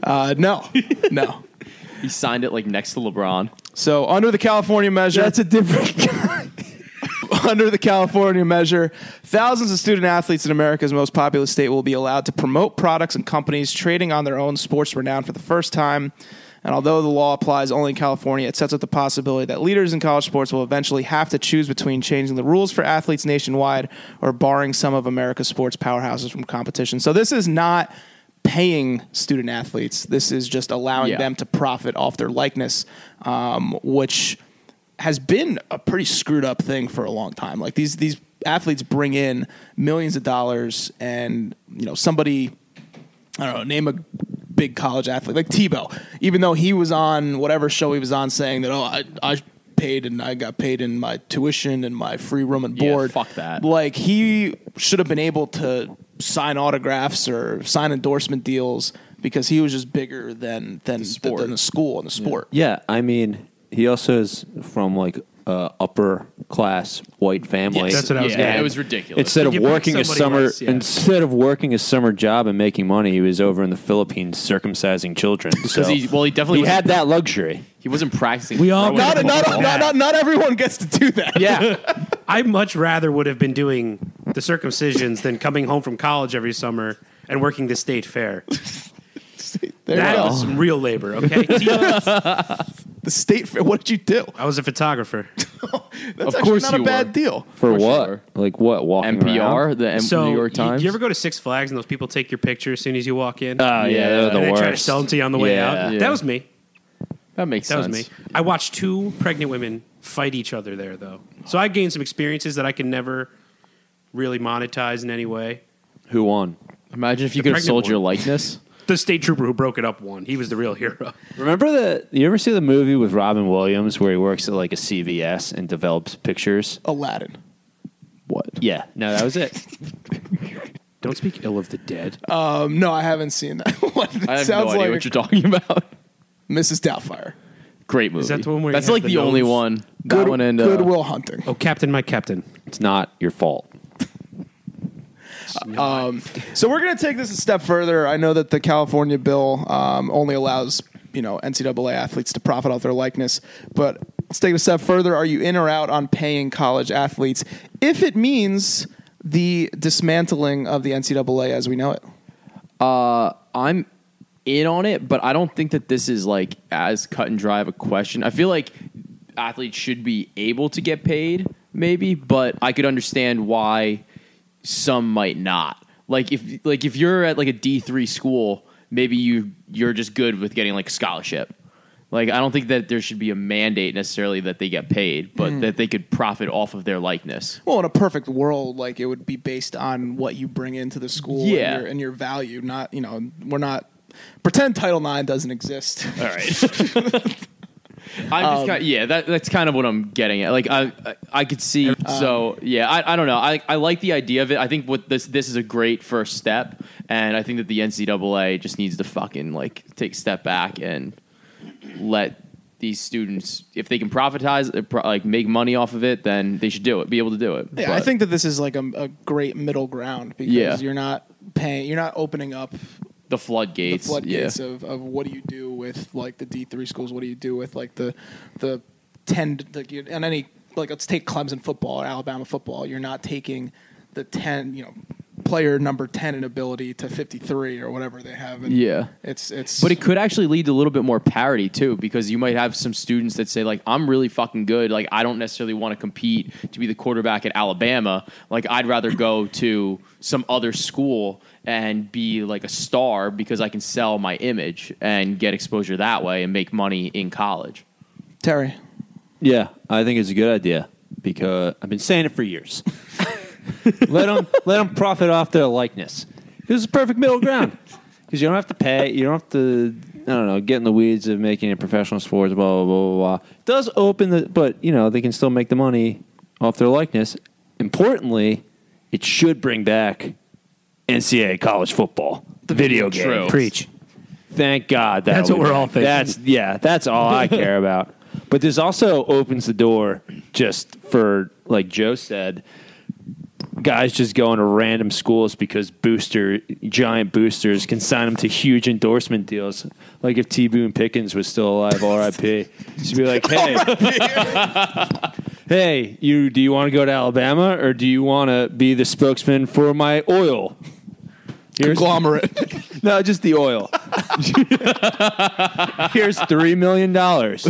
B: Uh, no, no.
D: He signed it like next to LeBron.
B: So under the California measure,
A: That's a different guy.
B: under the California measure, thousands of student athletes in America's most populous state will be allowed to promote products and companies trading on their own sports renown for the first time. And although the law applies only in California, it sets up the possibility that leaders in college sports will eventually have to choose between changing the rules for athletes nationwide or barring some of America's sports powerhouses from competition. So this is not paying student athletes. This is just allowing
D: Yeah.
B: them to profit off their likeness, um, which has been a pretty screwed up thing for a long time. Like these these athletes bring in millions of dollars, and you know somebody, I don't know, name a big college athlete like Tebow. Even though he was on whatever show he was on, saying that oh I I paid and I got paid in my tuition and my free room and
D: Yeah,
B: board.
D: fuck that.
B: Like he should have been able to sign autographs or sign endorsement deals because he was just bigger than than the,
D: sport.
B: than the school and the sport.
A: yeah, I mean, he also is from like uh, upper class white family.
E: Yes, that's what I was Yeah, gonna-
D: it was ridiculous.
A: Instead of
E: You pick
A: working a
E: somebody
A: summer
E: less, yeah.
A: instead of working a summer job and making money, he was over in the Philippines circumcising children. So
D: he- well, he definitely was-
A: had that luxury.
D: He wasn't practicing.
E: We all
D: throwing
E: got
D: the
B: Not,
E: it,
D: ball.
B: not, not, not, not everyone gets to do that.
A: Yeah.
E: I much rather would have been doing the circumcisions than coming home from college every summer and working the state fair.
B: There you
E: That
B: go.
E: was some real labor. Okay, Tebow,
B: The state fair. What did you do?
E: I was a photographer.
B: That's
D: Of
B: actually
D: course
B: not a
D: you
B: bad
D: were.
B: deal.
A: For
D: For
A: what?
D: sure.
A: Like what? Walking around?
D: NPR, the M-
E: So
D: New York
E: you-
D: Times.
E: You, ever go to Six Flags and those people take your picture as soon as you walk in?
A: Oh yeah,
D: Yeah.
A: they're the
E: and they
A: worst.
E: try to sell them to you on the way
A: Yeah.
E: out.
D: Yeah.
E: That was me.
D: that makes
E: That
D: sense.
E: was me. I watched two pregnant women fight each other there, though. So I gained some experiences that I can never really monetize in any way.
A: Who won?
D: Imagine if you
E: The
D: could have
E: pregnant
D: sold your
E: one.
D: likeness.
E: The state trooper who broke it up won. He was the real hero.
A: Remember the? You ever see the movie with Robin Williams where he works at like a CVS and develops pictures?
B: Aladdin.
D: What?
A: Yeah, no, that was it.
E: Don't speak ill of the dead.
B: Um, no, I haven't seen that one. It
D: I have
B: sounds
D: no idea
B: like
D: what you're talking about.
B: Mrs. Doubtfire.
D: Great movie.
E: that the one where he
D: That's
E: has
D: like
E: the
D: the, only
E: nose?
D: one. That
B: Good,
D: one and uh,
B: Goodwill Hunting.
E: oh, Captain, my Captain.
A: It's not your fault.
B: So we're going to take this a step further. I know that the California bill um, only allows you know NCAA athletes to profit off their likeness, but let's take it a step further. Are you in or out on paying college athletes if it means the dismantling of the NCAA as we know it?
D: I'm in on it, but I don't think that this is like as cut and dry of a question. I feel like athletes should be able to get paid, maybe, but I could understand why some might not. Like if like if you're at like a D three school, maybe you you're just good with getting like a scholarship. Like I don't think that there should be a mandate necessarily that they get paid, but that they could profit off of their likeness.
B: Well, in a perfect world, like it would be based on what you bring into the school
D: Yeah.
B: and, your, and your value. Not you know we're not pretend Title IX doesn't exist.
D: All right. I'm
B: Um,
D: just kind yeah, that, that's kind of what I'm getting at. Like I, I, I could see.
B: Um,
D: so yeah, I, I don't know. I, I like the idea of it. I think what this this is a great first step, and I think that the NCAA just needs to fucking like take a step back and let these students, if they can profitize, uh, pro- like make money off of it, then they should do it. Be able to do it.
B: Yeah, I
D: But-
B: think that this is like a, a great middle ground because
D: Yeah.
B: you're not paying, you're not opening up
D: the
B: the
D: floodgates.
B: floodgates
D: yeah.
B: of, of what do you do with like the D three schools? What do you do with like the the ten like you- and any like let's take Clemson football or Alabama football. You're not taking the ten you know player number ten in ability to fifty three or whatever they have. And
D: Yeah.
B: it's it's
D: But it could actually lead to a little bit more parity too, because you might have some students that say like, "I'm really fucking good. Like, I don't necessarily want to compete to be the quarterback at Alabama. Like, I'd rather go to some other school and be like a star because I can sell my image and get exposure that way and make money in college."
B: Terry.
A: Yeah, I think it's a good idea because I've been saying it for years. let them let them profit off their likeness. This is the perfect middle ground because you don't have to pay. You don't have to. I don't know. Get in the weeds of making it professional sports. Blah blah blah blah. blah. Does open the but you know they can still make the money off their likeness. Importantly, it should bring back NCAA college football. The video game.
D: True.
E: Preach.
A: Thank God. That
E: That's what
A: would-
E: we're all thinking.
A: That's yeah. That's all I care about. But this also opens the door just for like Joe said, guys just going to random schools because booster giant boosters can sign them to huge endorsement deals. Like if T Boone Pickens was still alive, R.I.P. She'd be like, hey. Hey, you do you want to go to Alabama or do you want to be the spokesman for my oil? Here's-
B: Conglomerate.
A: no, just the oil. Here's three million dollars.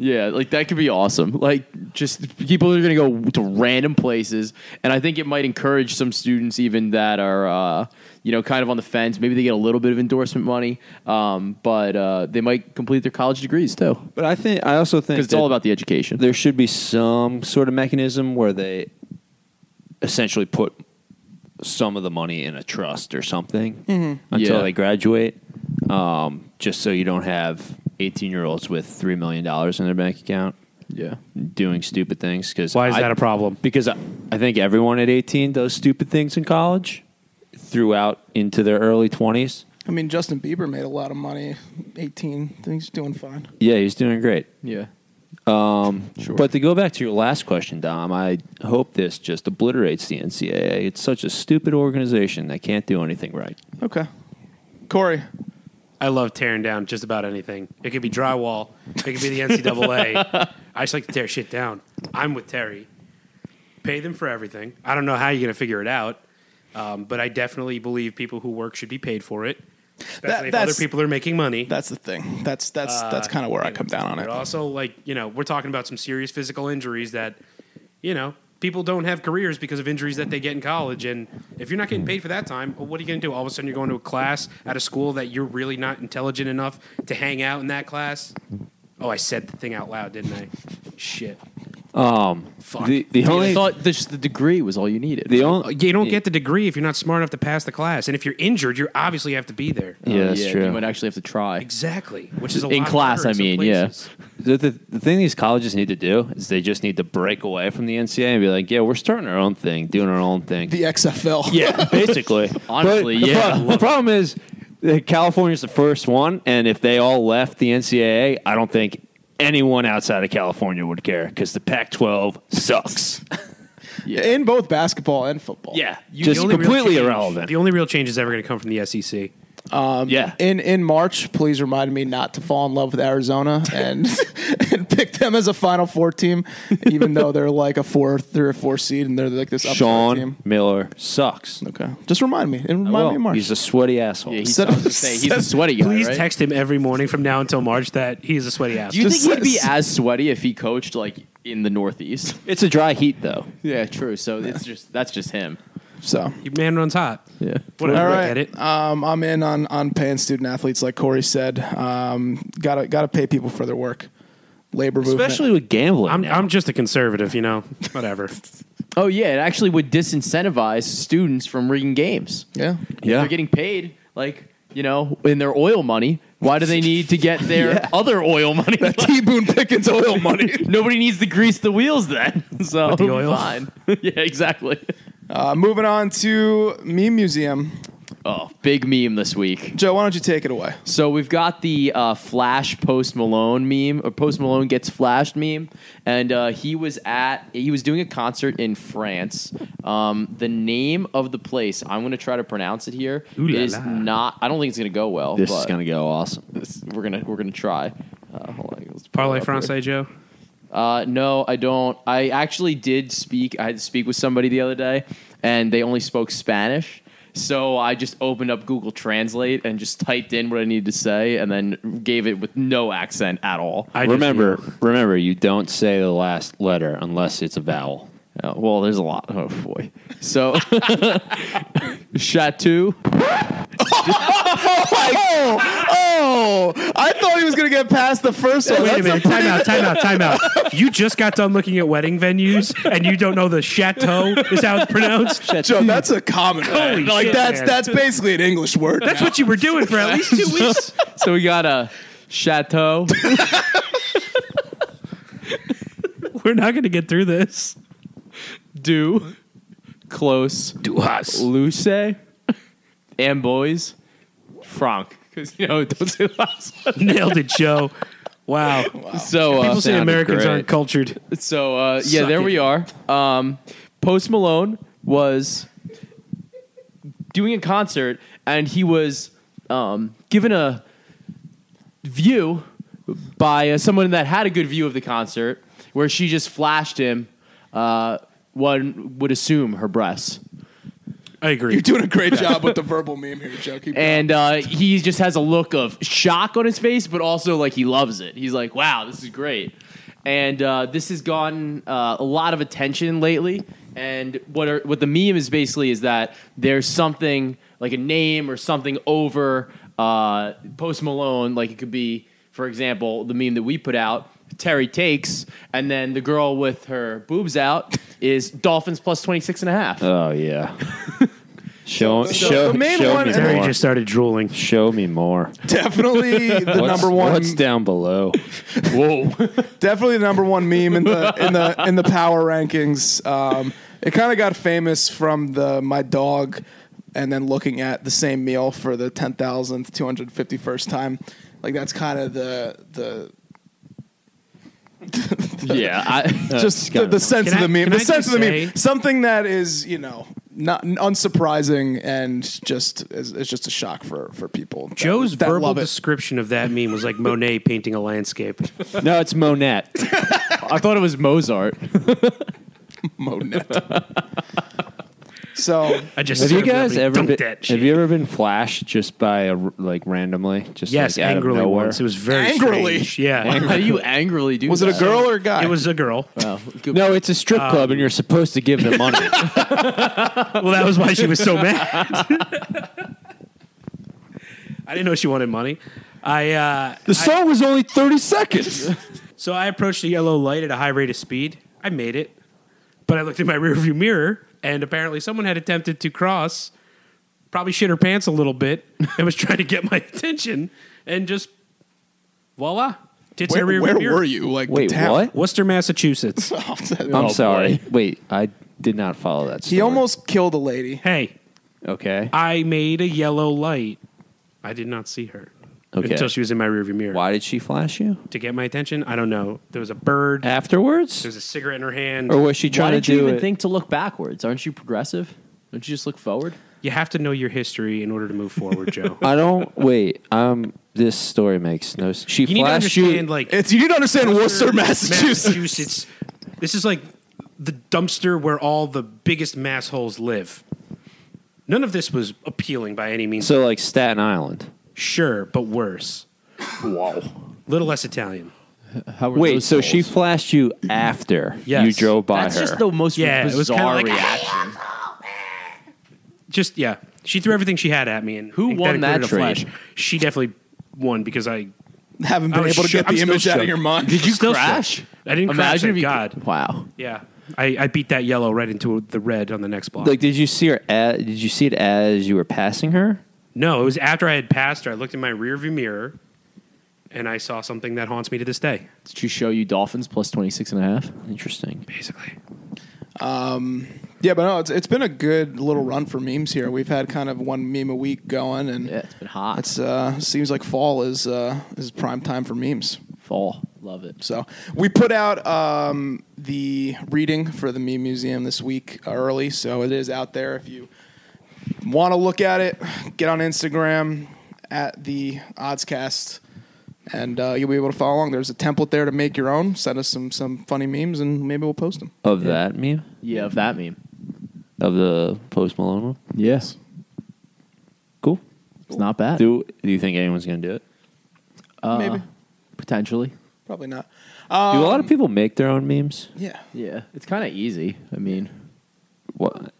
D: Yeah, like that could be awesome. Like, just people are going to go to random places, and I think it might encourage some students even that are, uh, you know, kind of on the fence. Maybe they get a little bit of endorsement money, um, but uh, they might complete their college degrees too,
A: But I think I also think
D: because it's all about the education.
A: there should be some sort of mechanism where they essentially put some of the money in a trust or something until
D: Yeah.
A: they graduate, um, just so you don't have eighteen year olds with three million dollars in their bank account
D: Yeah,
A: doing stupid things. Because
E: Why is that a problem?
A: because I, I think everyone at 18 does stupid things in college throughout into their early 20s.
B: I mean, Justin Bieber made a lot of money. 18. I think he's doing fine.
A: Yeah, he's doing great.
D: yeah. Sure.
A: But to go back to your last question, Dom, I hope this just obliterates the NCAA. It's such a stupid organization that can't do anything right.
B: Okay. Corey.
E: I love tearing down just about anything. It could be drywall. It could be the NCAA. I just like to tear shit down. I'm with Terry. Pay them for everything. I don't know how you're going to figure it out, um, but I definitely believe people who work should be paid for it, especially if other
B: that's-
E: people are making money.
B: That's the thing. That's that's that's kind of where I come down on
E: But
B: it.
E: also, like you know, we're talking about some serious physical injuries that, you know, people don't have careers because of injuries that they get in college. And if you're not getting paid for that time, well, what are you going to do? All of a sudden, you're going to a class at a school that you're really not intelligent enough to hang out in that class. Oh, I said the thing out loud, didn't I? Shit.
A: Um,
E: Fuck.
A: The, the
D: I
A: only
D: thought this, the degree was all you needed.
A: the
E: Uh,
A: only
E: You don't get the degree if you're not smart enough to pass the class, and if you're injured, you obviously have to be there.
A: yeah, that's true.
D: Oh, You might actually have to try.
E: Exactly, which is a
D: In
E: lot
D: class,
E: harder in
D: I
E: some
D: mean, yeah.
E: places.
A: The, the, the thing these colleges need to do is they just need to break away from the NCAA and be like, yeah, we're starting our own thing, doing our own thing.
B: The XFL.
A: Yeah, basically.
D: Honestly,
A: But the
D: yeah.
A: pro- The problem is that California's the first one, and if they all left the NCAA, I don't think anyone outside of California would care because the Pac-12 sucks.
B: In both basketball and football.
A: yeah,
E: You- the
A: just
E: only real
A: completely
E: change-
A: irrelevant.
E: The only real change is ever going to come from the E SEC.
A: yeah,
B: In in March, please remind me not to fall in love with Arizona and and pick them as a Final Four team, even though they're like a four, three or four seed, and they're like this upstart
A: Sean
B: team.
A: Miller sucks.
B: Okay, just remind me. And
A: I
B: remind
A: will.
B: me in March.
A: He's a sweaty asshole.
D: Yeah, he
B: Set-
D: sounds the same. He's a sweaty guy,
E: Please
D: right?
E: text him every morning from now until March that he is a sweaty ass.
D: Do you
B: Just
D: think he'd be
B: says-
D: as sweaty if he coached like in the Northeast?
A: it's a dry heat though.
D: Yeah, true. So it's just that's just him.
B: so
E: Your man runs hot.
D: Yeah.
E: Whatever.
B: All
E: I
B: right.
E: get it.
B: Um, I'm in on on paying student athletes, like Corey said. Um, gotta gotta pay people for their work. Labor movement.
A: Especially with gambling.
E: I'm,
A: now.
E: I'm just a conservative, you know. Whatever.
D: Oh yeah, it actually would disincentivize students from rigging games.
B: yeah.
D: If they're getting paid like you know in their oil money. Why do they need to get their other oil money?
B: T Boone Pickens oil money.
D: Nobody needs to grease the wheels then. So
E: the oil?
D: fine. yeah, exactly.
B: Uh, moving on to meme museum.
D: Oh, big meme this week.
B: Joe, why don't you take it away?
D: So we've got the uh, Flash Post Malone meme, or Post Malone gets flashed meme, and uh, he was at he was doing a concert in France. Um, the name of the place I'm going to try to pronounce it here is
E: Ooh la la.
D: not. I don't think it's going to go well.
A: this
D: but
A: is gonna go awesome.
D: this- we're gonna we're gonna try. Uh, hold on, let's pull
E: Parlay
D: it up here.
E: Francais, Joe.
D: Uh, no, I don't. I actually did speak. I had to speak with somebody the other day, and they only spoke Spanish. So I just opened up Google Translate and just typed in what I needed to say, and then gave it with no accent at all.
E: I just-
A: remember, remember, you don't say the last letter unless it's a vowel.
D: Uh, well, there's a lot. Oh boy. So Chateau. Oh, oh! I thought he was gonna get past the first one.
E: Wait
D: That's
E: a minute. Time out. Time out. Time out. You just got done looking at wedding venues, and you don't know the chateau is how it's pronounced.
B: Joe, that's a common word. Like
E: shit,
B: that's
E: man.
B: that's basically an English word.
E: That's what you were doing for at least two weeks.
D: so we got a chateau.
E: We're not going to get through this.
D: do close
E: Do us.
D: luce and boys franc because you know don't say the last one.
E: Nailed it, Joe. Wow.
D: so uh,
E: People say
D: sounded
E: Americans
D: great.
E: aren't cultured.
D: so uh, yeah
E: Suck
D: there
E: it.
D: we are um, post malone was doing a concert and he was um, given a view by uh, someone that had a good view of the concert where she just flashed him uh, one would assume her breasts
E: I
B: You're
E: agree.
B: doing a great job with the verbal meme here, Joe. Keep going.
D: and uh, he just has a look of shock on his face, but also like he loves it. He's like, "Wow, this is great," and uh, this has gotten uh, a lot of attention lately. And what are, what the meme is basically is that there's something like a name or something over uh, Post Malone, like it could be, for example, the meme that we put out. Terry takes, and then the girl with her boobs out is Dolphins plus 26 and a half.
A: Oh yeah. show
B: so
A: show,
B: the main
A: show
B: one-
A: me
B: Terry
A: more.
E: started drooling.
A: show me more.
B: definitely the
A: What's-
B: number one.
A: What's down below?
D: Whoa.
B: definitely the number one meme in the in the in the power rankings. Um, it kind of got famous from the my dog, and then looking at the same meal for the ten thousandth, two hundred fifty first time. Like that's kind of the the
D: yeah. I,
B: just the,
A: kinda-
B: the sense
E: Can
B: of the meme.
E: I- can
B: The
E: I
B: sense of
E: just
B: the meme.
E: say-
B: Something that is you know not unsurprising and just is, is just a shock for for people. that-
E: Joe's
B: that
E: verbal
B: love it.
E: description of that meme was like Monet painting a landscape.
A: No, it's Monet.
D: I thought it was Mozart.
B: Monet. so
E: I just
A: have you guys ever been,
E: dumped that shit.
A: have you ever been flashed just by a r like randomly just
E: yes,
A: like, out of
E: angrily
A: nowhere?
E: once. It was very
B: Angrily?
E: strange. Yeah,
D: How do you angrily do
B: was
D: that?
B: it a girl or a guy?
E: it was a girl.
D: Wow. Good-
A: no, it's a strip club,
B: Um,
A: and you're supposed to give them money.
E: Well, that was why she was so mad. I didn't know she wanted money. I uh,
A: the song was only thirty seconds.
E: so I approached a yellow light at a high rate of speed. I made it, but I looked in my rearview mirror, and apparently someone had attempted to cross. Probably shit her pants a little bit, and was trying to get my attention, and just voila, tits in her
B: where,
E: rearview
B: where
E: mirror.
B: were you? Like the
A: Wait,
B: town?
A: what?
E: Worcester, Massachusetts.
B: Oh, that-
A: I'm sorry. Wait, I did not follow that. Story.
B: He almost killed a lady.
E: hey,
A: okay.
E: I made a yellow light. I did not see her
A: Okay.
E: until she was in my rearview mirror.
A: Why did she flash you
E: To get my attention, I don't know. There was a bird.
B: Eh.
E: There
A: afterwards,
E: was a cigarette in her hand.
B: Oh.
A: or was she
D: Why
A: trying
D: did
A: to
D: you
A: do
D: even
A: it?
D: think to look backwards? Aren't you progressive? Don't you just look forward?
E: You have to know your history in order to move forward, Joe.
A: I don't. Wait. Um. This story makes no. s- She
E: you need to
A: flashed
E: understand,
A: you.
E: like
B: It's you need to understand Worcester, Massachusetts.
E: Massachusetts. This is like the dumpster where all the biggest mass holes live. None of this was appealing by any means.
A: So like Staten Island.
E: sure, but worse. Wow. Little less Italian.
D: How were
A: Wait.
D: those
A: So she
D: souls?
A: flashed you after
E: Yes.
A: you drove by
D: That's
A: her.
D: just the most
E: Yeah, it was kinda
D: bizarre
E: like-
D: reaction.
E: just yeah, she threw everything she had at me, and
D: Who
E: and
D: won that
E: included a flash.
D: trade?
E: She definitely won because I
B: Haven't
E: I
B: been
E: was
B: able to get
E: shook.
B: the
E: I'm still
B: image out of
E: shook.
B: your mind.
E: Did
D: you crash?
E: I didn't crash.
D: Imagine
E: Thank
D: if you
E: God.
D: Wow.
E: Yeah, I, I beat that yellow right into the red on the next block.
A: Like, did you see her? At, did you see it as you were passing her?
E: no, it was after I had passed her. I looked in my rearview mirror, and I saw something that haunts me to this day.
D: Did she show you dolphins plus 26 and a half?
A: Interesting.
E: Basically,
B: Yeah, but no, it's, it's been a good little run for memes here. We've had kind of one meme a week going, and
D: Yeah, it's been hot.
B: it's uh, seems like fall is uh, is prime time for memes.
D: fall. Love it.
B: So we put out um, the reading for the meme museum this week early, so it is out there. If you want to look at it, get on Instagram at the Oddscast, and uh, you'll be able to follow along. There's a template there to make your own. Send us some some funny memes, and maybe we'll post them.
A: Of that meme.
D: Yeah, of that meme.
A: Of the Post Malone one.
D: Yes.
A: Cool.
D: It's not bad.
A: Do Do you think anyone's gonna do it?
D: Uh,
B: maybe.
D: Potentially.
B: Probably not.
A: do a lot of
D: Um,
A: people make their own memes?
B: Yeah.
D: Yeah. It's kind of easy. I mean,
A: What?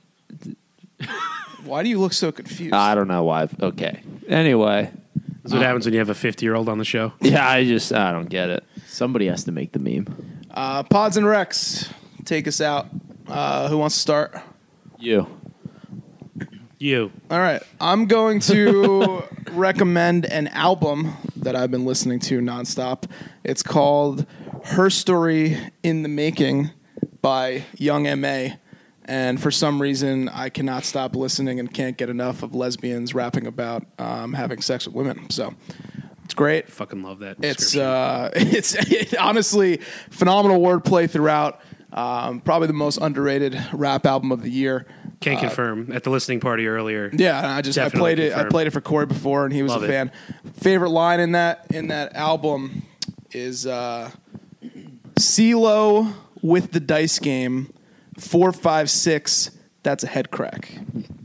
B: Why do you look so confused?
A: I don't know why. Okay. Anyway,
E: That's
B: Oh.
E: what happens when you have a 50 year old on the show.
A: yeah, I just I don't get it.
D: Somebody has to make the meme.
B: Uh, Pods and Rex, take us out. Uh, who wants to start?
A: You.
E: You.
B: All right, I'm going to recommend an album that I've been listening to nonstop. It's called "Her Story in the Making" by Young M.A. And for some reason, I cannot stop listening and can't get enough of lesbians rapping about um, having sex with women. So it's great.
E: Fucking love that.
B: It's
E: description.
B: uh, it's it, honestly phenomenal wordplay throughout. Um, probably the most underrated rap album of the year.
E: Can't confirm at the listening party earlier.
B: uh, Yeah, and I just I
E: Definitely
B: played it. I
E: confirmed.
B: played it for Corey before, and he was
E: Love
B: a
E: it.
B: fan. Favorite line in that in that album is uh, "CeeLo with the dice game, four five six. That's a head crack."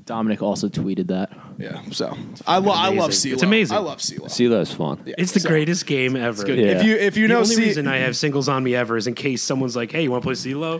D: Dominic also tweeted that.
B: Yeah, so I, lo- I love
E: amazing.
B: CeeLo.
E: It's amazing.
B: I love CeeLo.
A: See those fun. Yeah.
E: It's the
B: so-
E: greatest game ever.
B: Good.
A: Yeah.
B: If you if you
E: the
B: know
E: only
B: C-
E: reason I have singles on me ever is in case someone's like, "Hey, you want to play CeeLo?"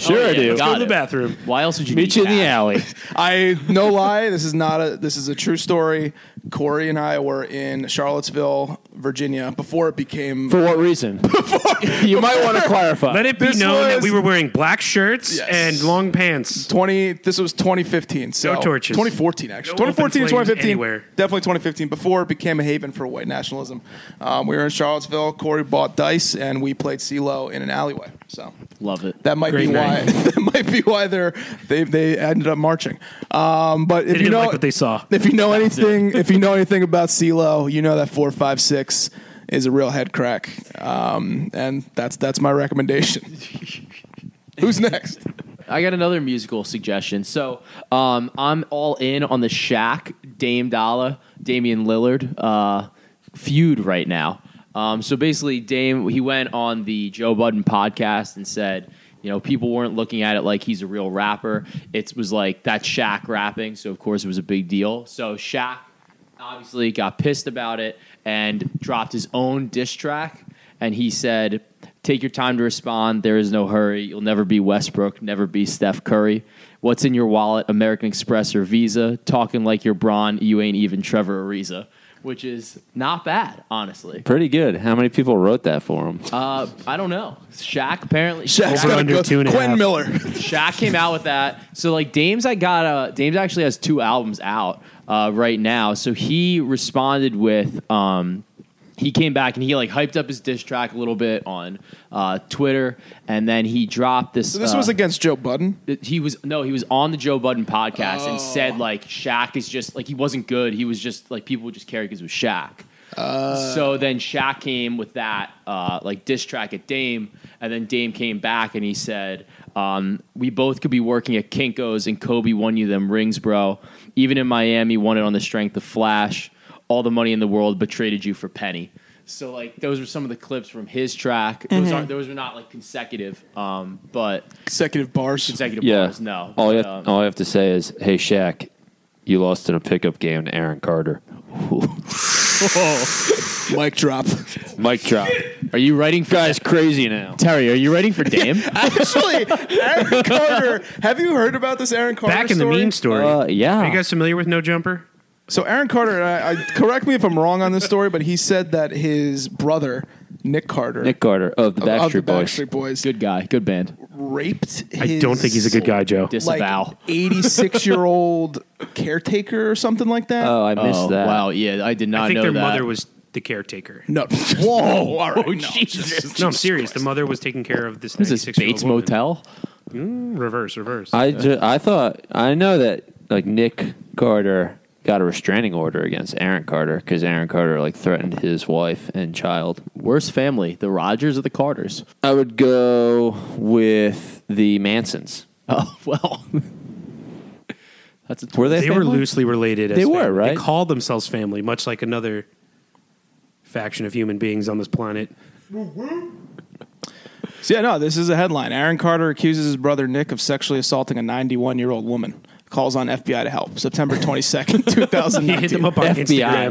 A: sure I do.
E: Let's go to
D: Got
E: the
D: it.
E: bathroom.
D: Why else would you
A: Meet you
D: need
A: in the alley.
B: I no lie, this is not a this is a true story. Corey and I were in Charlottesville, Virginia, before it became
A: For what reason? you might want to clarify.
E: Let it be
B: This
E: known that
B: was-
E: we were wearing black shirts
B: Yes.
E: and long pants.
B: twenty. This was twenty fifteen. So
E: No torches.
B: Twenty fourteen, actually.
E: No
B: Twenty fourteen.
E: open flames
B: Twenty fifteen.
E: anywhere.
B: Definitely twenty fifteen. Before it became a haven for white nationalism. Um, we were in Charlottesville. Corey bought dice, and we played CeeLo in an alleyway. So
D: Love it.
B: that might
E: Great
B: be why
E: night.
B: that might be why they're they they ended up marching. Um, but if
E: They
B: you
E: didn't
B: know
E: like what they saw.
B: if you know anything, if you know anything about CeeLo, you know that four five six is a real head crack, um, and that's that's my recommendation. Who's next?
D: I got another musical suggestion. So um, I'm all in on the Shaq, Dame Dalla, Damian Lillard uh, feud right now. Um, so basically, Dame he went on the Joe Budden podcast and said, you know, people weren't looking at it like he's a real rapper. It was like that's Shaq rapping, so of course it was a big deal. So Shaq obviously got pissed about it and dropped his own diss track. And he said, Take your time to respond. There is no hurry. You'll never be Westbrook, never be Steph Curry. What's in your wallet, American Express or Visa? Talking like you're Braun, you ain't even Trevor Ariza, which is not bad, honestly.
A: Pretty good. How many people wrote that for him?
D: Uh, I don't know. Shaq apparently.
B: Shaq's got to
E: under
B: go.
E: two and a
B: Quentin
E: half.
B: Miller.
D: Shaq came out with that. So like Dame's, I got uh Dame's actually has two albums out uh, right now. So he responded with um, he came back and he like hyped up his diss track a little bit on uh, Twitter, and then he dropped this.
B: So this
D: uh,
B: was against Joe Budden.
D: that he was no, he was on the Joe Budden podcast and said like Shaq is just like he wasn't good. He was just like people would just carry because it was Shaq. so then Shaq came with that uh, like diss track at Dame, and then Dame came back and he said, um, "We both could be working at Kinkos, and Kobe won you them rings, bro. Even in Miami, won it on the strength of Flash. All the money in the world, but traded you for penny." So like those were some of the clips from his track. Those aren't those were not like consecutive, um, but
B: Consecutive bars.
D: consecutive
A: Yeah.
D: bars. No.
A: All you,
D: But, um,
A: all you have to say is, "Hey Shaq, you lost in a pickup game to Aaron Carter."
B: Mic drop.
A: Mic drop.
D: are you writing for
A: Guy's crazy now.
D: Terry? Are you writing for Dame?
B: Actually, Aaron Carter. Have you heard about this Aaron Carter?
E: Back in the
B: story?
E: meme story.
A: Uh, yeah.
E: Are you guys familiar with No Jumper?
B: So Aaron Carter, I, I, correct me if I'm wrong on this story, but he said that his brother Nick Carter
A: Nick Carter of the
B: of the
A: Backstreet Boys.
B: Backstreet Boys
D: good guy. Good band.
B: raped. His,
E: I don't think he's a good guy, Joe.
D: Disavow.
B: Like 86 year old caretaker or something like that.
A: Oh, I missed
D: oh
A: that.
D: wow! Yeah, I did not
E: I think
D: know
E: their
D: that.
E: mother was the caretaker.
B: no. Whoa. All
E: Oh,
B: right. no.
D: Jesus.
E: No, I'm serious. The mother was taking care of this.
D: This is
E: 96 -year-old
D: Bates
E: woman.
D: Motel. Uh,
E: Reverse, reverse.
A: I ju- I thought I know that like Nick Carter got a restraining order against Aaron Carter because Aaron Carter like threatened his wife and child.
D: Worst family: the Rogers or the Carters.
A: I would go with the Mansons.
D: Oh well. That's a
A: Were they?
E: they were
A: family?
E: loosely related. As
A: They were,
E: family.
A: right?
E: They called themselves family, much like another faction of human beings on this planet.
B: So, yeah, no, this is a headline. Aaron Carter accuses his brother Nick of sexually assaulting a 91 year old woman. calls on FBI to help. September 22nd, 2019.
E: Hit them up on
A: FBI.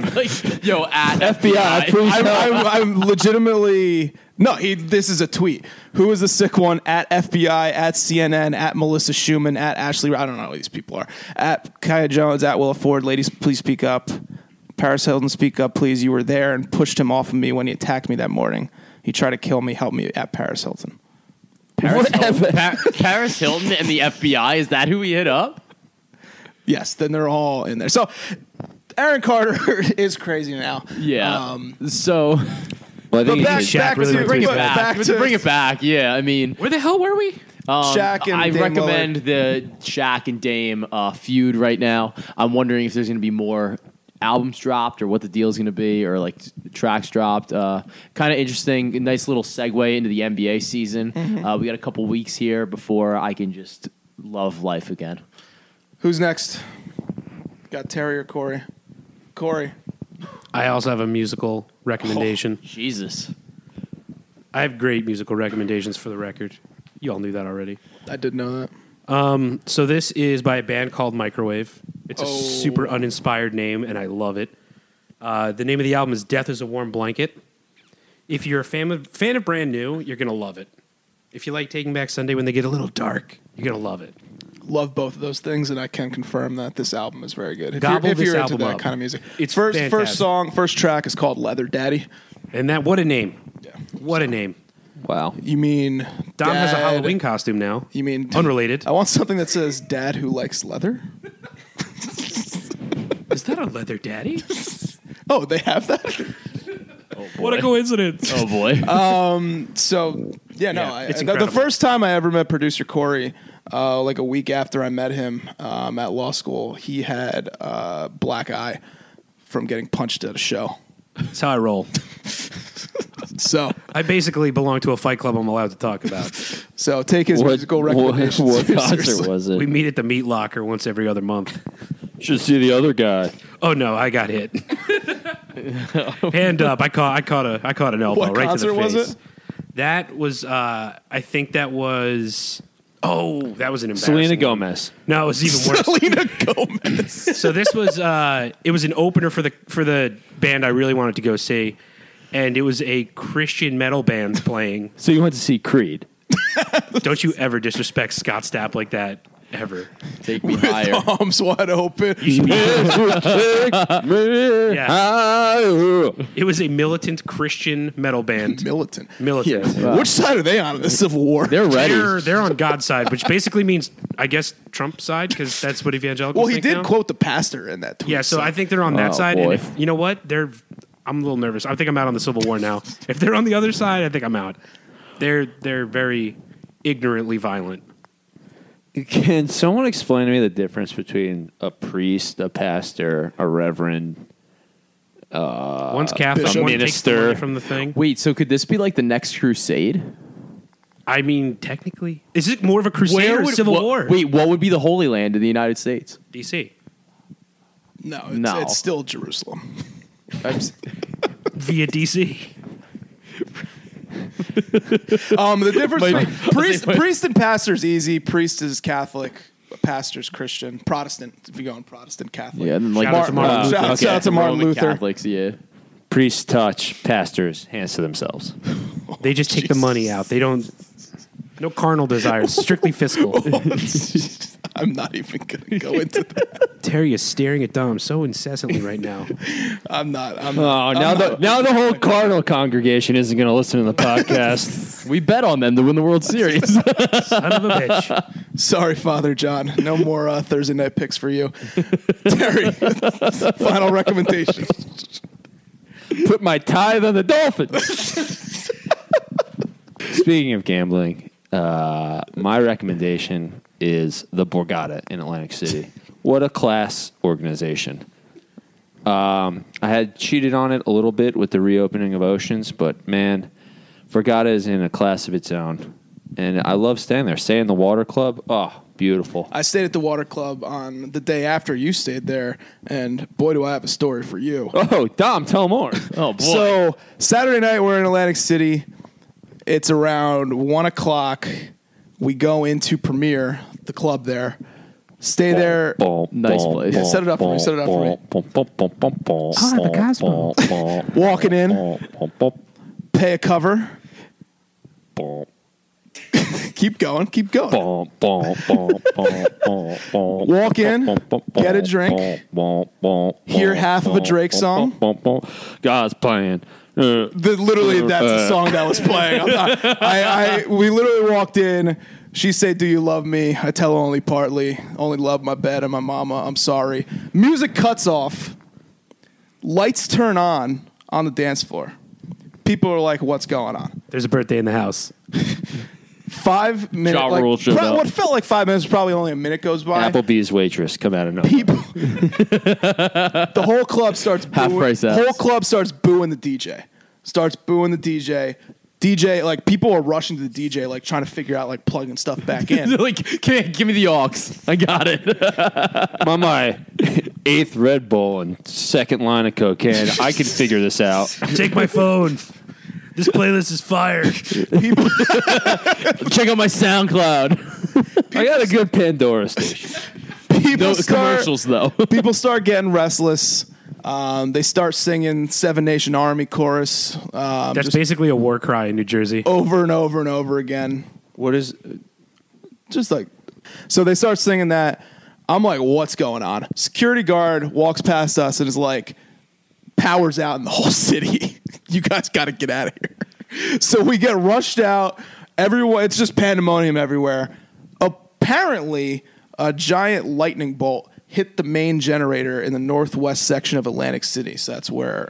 E: Instagram.
D: Yo, at
A: FBI, please
B: I'm,
A: help.
B: I'm, I'm legitimately no. He, this is a tweet. Who is the sick one? At FBI, at CNN, at Melissa Schumann, at Ashley. I don't know who these people are. At Kaya Jones, at Willa Ford. Ladies, please speak up. Paris Hilton, speak up, please. You were there and pushed him off of me when he attacked me that morning. He tried to kill me. Help me, at Paris Hilton.
D: Whatever. Pa- Paris Hilton and the FBI. Is that who we hit up?
B: Yes, then they're all in there. So Aaron Carter is crazy now.
D: Yeah.
B: Um,
D: so
A: Well, I think
B: but
A: he
B: back,
A: just-
B: back
E: really
B: to
E: retweeted
B: bring it
E: that.
B: back,
D: back,
B: to
D: bring it back. Yeah, I mean,
E: Where the hell were we?
D: um,
B: Shaq and
D: I
B: Dame
D: recommend the Shaq and Dame uh, feud right now. I'm wondering if there's going to be more albums dropped or what the deal's going to be or like s- tracks dropped. Uh, kind of interesting, nice little segue into the NBA season.
B: Mm-hmm.
D: Uh, we got a couple weeks here before I can just love life again.
B: Who's next? Got Terry or Corey? Corey.
E: I also have a musical
D: Oh.
E: recommendation.
D: Jesus.
E: I have great musical recommendations for the record. You all knew that already.
B: I did know that.
E: So this is by a band called Microwave. It's a
B: Oh.
E: super uninspired name, and I love it. Uh, the name of the album is "Death Is a Warm Blanket." If you're a fan of, fan of Brand New, you're gonna love it. If you like Taking Back Sunday when they get a little dark, you're gonna love it.
B: Love both of those things, and I can confirm that this album is very good. If
E: Gobble
B: you're, if
E: this
B: you're into
E: album
B: that
E: up.
B: kind of music,
E: It's
B: first
E: fantastic.
B: first song, first track is called Leather Daddy.
E: And that what a name! What a name!
A: wow.
B: You mean
E: Dom has a
B: Dad-
E: Halloween costume now.
B: You mean
E: Unrelated.
B: I want something that says "Dad who likes leather."
E: Is that a leather daddy?
B: Oh, they have that.
E: what a coincidence!
D: Oh boy.
B: So yeah, no.
E: Yeah,
B: I,
E: it's
B: the- the
E: incredible.
B: first time I ever met producer Corey, uh, like a week after I met him um, at law school, he had uh, black eye from getting punched at a show.
E: That's how I roll.
B: So
E: I basically belong to a fight club. I'm allowed to talk about.
B: so take his musical recommendations.
A: what
B: seriously.
A: concert was it?
E: we meet at the Meat Locker once every other month.
A: should see the other guy.
E: Oh no, I got hit. Hand up. I caught I caught a I caught an elbow
B: What
E: right to
B: concert
E: the
B: was
E: face.
B: it?
E: That was uh I think that was Oh, that was an embarrassing.
A: Selena
E: one.
A: Gomez.
E: No, it was even worse.
B: Selena Gomez.
E: so this was uh it was an opener for the for the band I really wanted to go see. And it was a Christian metal band playing.
A: So you went to see Creed.
E: Don't you ever disrespect Scott Stapp like that ever.
D: Take me higher.
B: Arms wide open.
E: Yeah. It was a militant Christian metal band.
B: Militant.
E: Militant.
B: Which side are they on in the Civil War?
D: They're ready.
E: They're, they're on God's side, which basically means, I guess, Trump's side, because that's what evangelicals
B: well, he
E: think
B: did
E: now.
B: quote the pastor in that tweet.
E: Yeah, so I think they're on that
A: Oh,
E: side. And
A: boy.
E: if, you know what? They're. I'm a little nervous. I think I'm out on the Civil War now. If they're on the other side, I think I'm out. They're they're very ignorantly violent.
A: Can someone explain to me the difference between a priest, a pastor, a reverend?
E: One's Catholic,
B: Bishop
E: one takes the money
A: Minister.
E: from the thing.
D: Wait, so could this be like the next crusade?
E: I mean, technically, is it more of a crusade or a Civil
D: what-
E: War?
D: Wait, what would be the Holy Land in the United States?
E: DC,
B: no, it's,
D: No.
B: it's still Jerusalem.
E: via DC.
B: Um, the difference between priest, priest and pastor is easy. Priest is Catholic. Pastor's Christian, Protestant. If you're going Protestant Catholic,
D: Yeah, and like
E: Shout out to Martin
B: Luther. uh, Shout- shout out to Martin
D: Roman
B: Luther.
D: Catholics, yeah.
A: Priests touch, pastors hands to themselves.
E: They just take the money out. They don't. No carnal desires, strictly fiscal.
B: I'm not even gonna go into that.
E: Terry is staring at Dom so incessantly right now.
B: I'm not. I'm
A: Oh,
B: not.
A: now the now the whole cardinal congregation isn't going to listen to the podcast.
D: We bet on them to win the World Series.
E: Son of a bitch.
B: Sorry, Father John. No more uh, Thursday night picks for you. Terry, final recommendation.
A: Put my tithe on the Dolphins. Speaking of gambling, uh, my recommendation is the Borgata in Atlantic City. What a class organization! Um, I had cheated on it a little bit with the reopening of Oceans, but man, Borgata is in a class of its own, and I love staying there. Stay in the Water Club. Oh, beautiful.
B: I stayed at the water club on the day after you stayed there, and boy, do I have a story for you.
A: Oh, Dom, tell more.
D: oh boy.
B: So Saturday night we're in Atlantic City. It's around one o'clock. We go into Premier, the club there. Stay there.
D: Nice place.
B: Yeah, set it up for me, set it up for me.
A: me.
B: Hi, the Cosmo. Walking in. Pay a cover. Keep going. Keep going.
A: Walk
B: in, get a drink, hear half of a Drake song.
A: God's playing. Uh,
B: The, literally, that's the song that was playing. I'm not, I, I, we literally walked in. She said, "Do you love me?" I tell her only partly. Only love my bed and my mama. I'm sorry. Music cuts off. Lights turn on on the dance floor. People are like, "What's going on?"
E: There's a birthday in the house.
B: Five minutes.
A: Ja
B: like,
A: Rule showed
B: pro-
A: up.
B: what felt like five minutes, probably only a minute goes by.
A: Applebee's waitress come out of nowhere.
B: people. the whole club starts booing,
D: Half price apps.
B: Whole club starts booing the DJ. Starts booing the DJ. DJ like people are rushing to the DJ like trying to figure out like plugging stuff back in.
D: like, can't give me the aux. I got it.
A: my my eighth Red Bull and second line of cocaine. I can figure this out.
E: Take my phone. This playlist is fire.
B: people,
D: Check out my SoundCloud.
A: I got a good Pandora station.
B: people
D: No
B: start
D: commercials though.
B: people start getting restless. Um, they start singing Seven Nation Army chorus um,
E: That's basically a war cry in New Jersey.
A: Oh,
B: over and over and over again.
A: What is?
B: just like so they start singing that i'm like what's going on security guard walks past us and is like powers out in the whole city you guys got to get out of here so we get rushed out everywhere it's just pandemonium everywhere apparently a giant lightning bolt hit the main generator in the northwest section of atlantic city so that's where